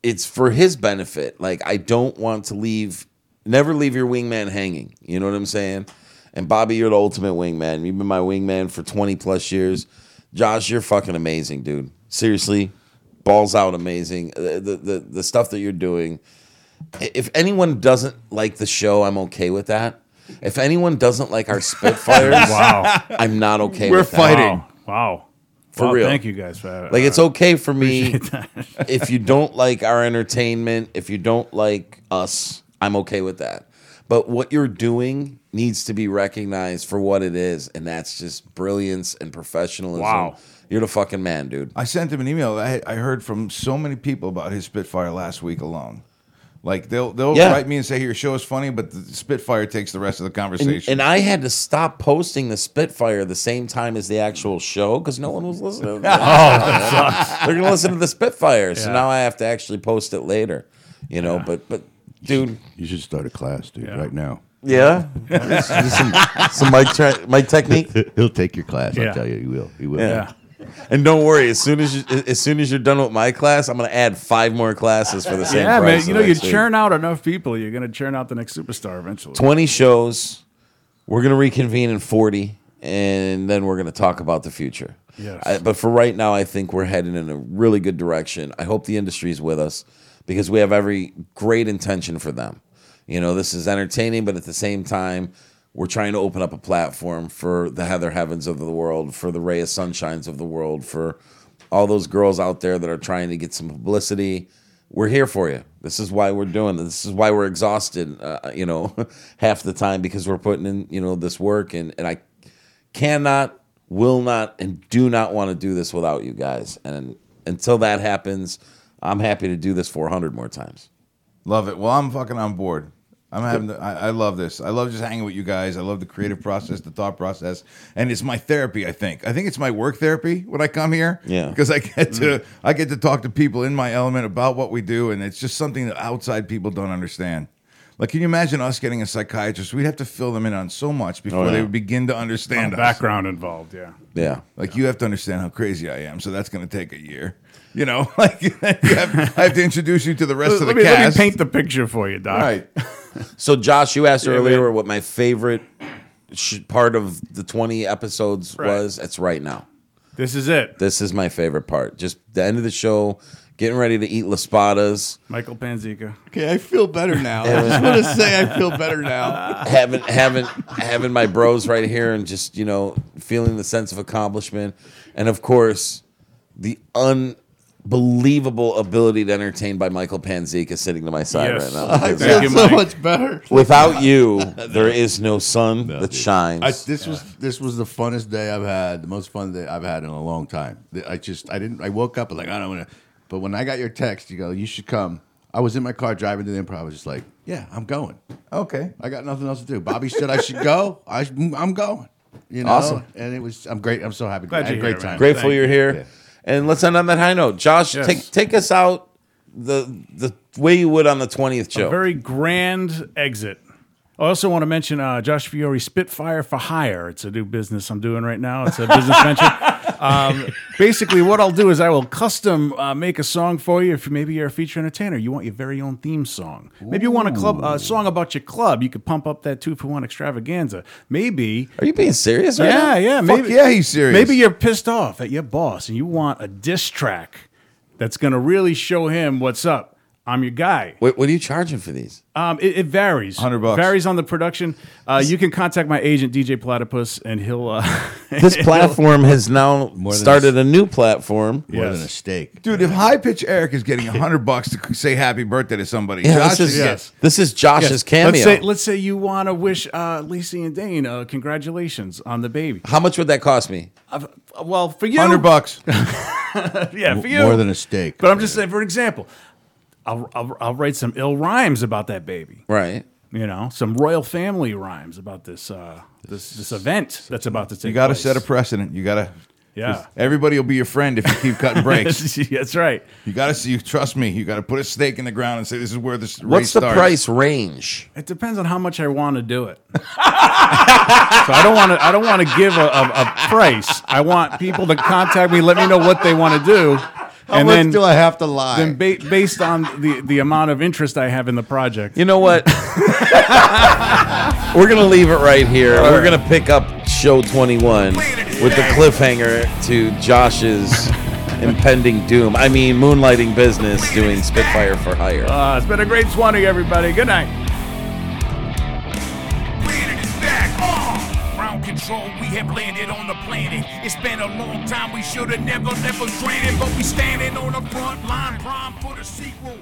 it's for his benefit like I don't want to leave never leave your wingman hanging you know what I'm saying and Bobby you're the ultimate wingman you've been my wingman for 20 plus years Josh you're fucking amazing dude seriously balls out amazing the the the, the stuff that you're doing if anyone doesn't like the show I'm okay with that if anyone doesn't like our Spitfires,
Wow.
I'm not okay.
We're
with that.
fighting.
Wow. Wow.
For
Wow,
real.
Thank you guys for that.
Like it's okay for me if you don't like our entertainment, if you don't like us, I'm okay with that. But what you're doing needs to be recognized for what it is, and that's just brilliance and professionalism.
Wow.
You're the fucking man, dude.
I sent him an email. I, I heard from so many people about his Spitfire last week alone. Like they'll they'll
Yeah.
write me and say, "Your show is funny," but the Spitfire takes the rest of the
And,
conversation.
and I had to stop posting the Spitfire the same time as the actual show because no one was listening. oh, They're gonna listen to the Spitfire, so
Yeah.
now I have to actually post it later. You know, but but dude,
You should start a class, dude,
Yeah.
right now.
yeah, some, some mic tra- mic technique.
He'll take your class.
Yeah.
I'll tell you, he will. He will.
Uh, Yeah.
And don't worry, as soon as you, as soon as you're done with my class, I'm gonna add five more classes for the same
Yeah,
price.
man. You know,
the
you
next week.
churn out enough people, you're going to churn out the next superstar eventually.
twenty shows. We're gonna reconvene in forty, and then we're gonna talk about the future.
Yes.
I- but for right now, I think we're heading in a really good direction. I hope the industry's with us because we have every great intention for them. You know, this is entertaining, but at the same time. We're trying to open up a platform for the Heather Heavens of the world, for the Ray of Sunshines of the world, for all those girls out there that are trying to get some publicity we're here for you this is why we're doing this this is why we're exhausted uh, you know half the time because we're putting in you know this work and and i cannot, will not, and do not want to do this without you guys. And until that happens, I'm happy to do this 400 more times.
Love it. Well, I'm fucking on board. I'm having. The, I, I love this. I love just hanging with you guys. I love the creative process, the thought process, and it's my therapy. I think. I think it's my work therapy when I come here.
Yeah.
Because I get to
Mm-hmm.
I get to talk to people in my element about what we do, and it's just something that outside people don't understand. Like, can you imagine us getting a psychiatrist? We'd have to fill them in on so much
Oh,
before they
yeah.
would begin to understand us.
Uh, Background involved, yeah.
Yeah.
Like you have to understand how crazy I am, so that's going to take a year. You know, like you have, I have to introduce you to the rest of the
Let me, let me
cast.
paint the picture for you, Doc.
All right.
So, Josh, you asked earlier
man.
what my favorite sh- part of the 20 episodes
Right.
was. It's right now.
This is it.
This is my favorite part. Just the end of the show, getting ready to eat Laspadas,
Michael Panzica.
Okay, I feel better now. I just want to say I feel better now.
having having having my bros right here, and just you know feeling the sense of accomplishment, and of course the unbelievable ability to entertain by Michael Panzica sitting to my side
Yes.
right now.
I
Because
Thank
feel
you,
so
Mike.
much better.
Without you, there is no sun that shines.
I, this was this was the funnest day I've had, the most fun day I've had in a long time. The- I just I didn't I woke up and like I don't want to, but when I got your text, you go you should come. I was in my car driving to the improv. I was just like, yeah, I'm going.
Okay.
I got nothing else to do. Bobby said I should go. I sh- I'm going. You know,
Awesome.
and it was I'm great. I'm so happy.
Glad
I had a
you're
great
here, man.
time.
Grateful
Thank
you're here.
Yeah.
And let's end on that high note. Josh,
Yes.
take take us out the the way you would on the twentieth show.
Very grand exit. I also want to mention uh, Josh Fiore Spitfire for Hire. It's a new business I'm doing right now. It's a business venture. Um, basically, what I'll do is I will custom uh, make a song for you. If maybe you're a feature entertainer, you want your very own theme song. Maybe you want a club a song about your club. You could pump up that two for one extravaganza. Maybe
Are you being serious? Right
Yeah,
now?
yeah.
Fuck
Maybe,
yeah, he's serious.
Maybe you're pissed off at your boss and you want a diss track that's going to really show him what's up. I'm your guy.
What, what are you charging for these?
Um, it, it varies.
100 bucks.
Varies on the production. Uh, you can contact my agent, DJ Platypus, and he'll. Uh,
This platform has now
than
started a new platform.
More
Yes.
than a steak.
Dude, if high pitch Eric is getting hundred bucks to say happy birthday to somebody,
Yeah,
Josh
this is
is
yes.
this is Josh's cameo.
let's say, let's say you want to wish uh, Lacey and Dane uh, congratulations on the baby.
How much would that cost me?
Uh, well, for you,
hundred bucks.
yeah, for you,
More than a steak.
But I'm just saying, for example, I'll, I'll, I'll write some ill rhymes about that baby.
Right.
you know, some royal family rhymes about this uh, this this event that's about to take.
You got to
place.
set a precedent. You got to.
Yeah.
Everybody will be your friend if you keep cutting breaks.
that's right.
You got to see. You trust me. You got to put a stake in the ground and say this is where this. race
What's the
starts."
price range?
It depends on how much I want to do it. so I don't want to. I don't want to give a, a, a price. I want people to contact me, let me know what they want to do,
How
and
much
then
do I have to lie?
then ba- based on the the amount of interest I have in the project.
You know what? We're gonna leave it right here. We're gonna pick up show 21 with the cliffhanger to Josh's impending doom. I mean, moonlighting business doing Spitfire for hire.
Uh, it's been a great twenty, everybody. Good night.
planet is back. Uh, ground control, we have landed on the planet. It's been a long time, we should have never, never dreamed it, but we standing on the front line, prime for the sequel.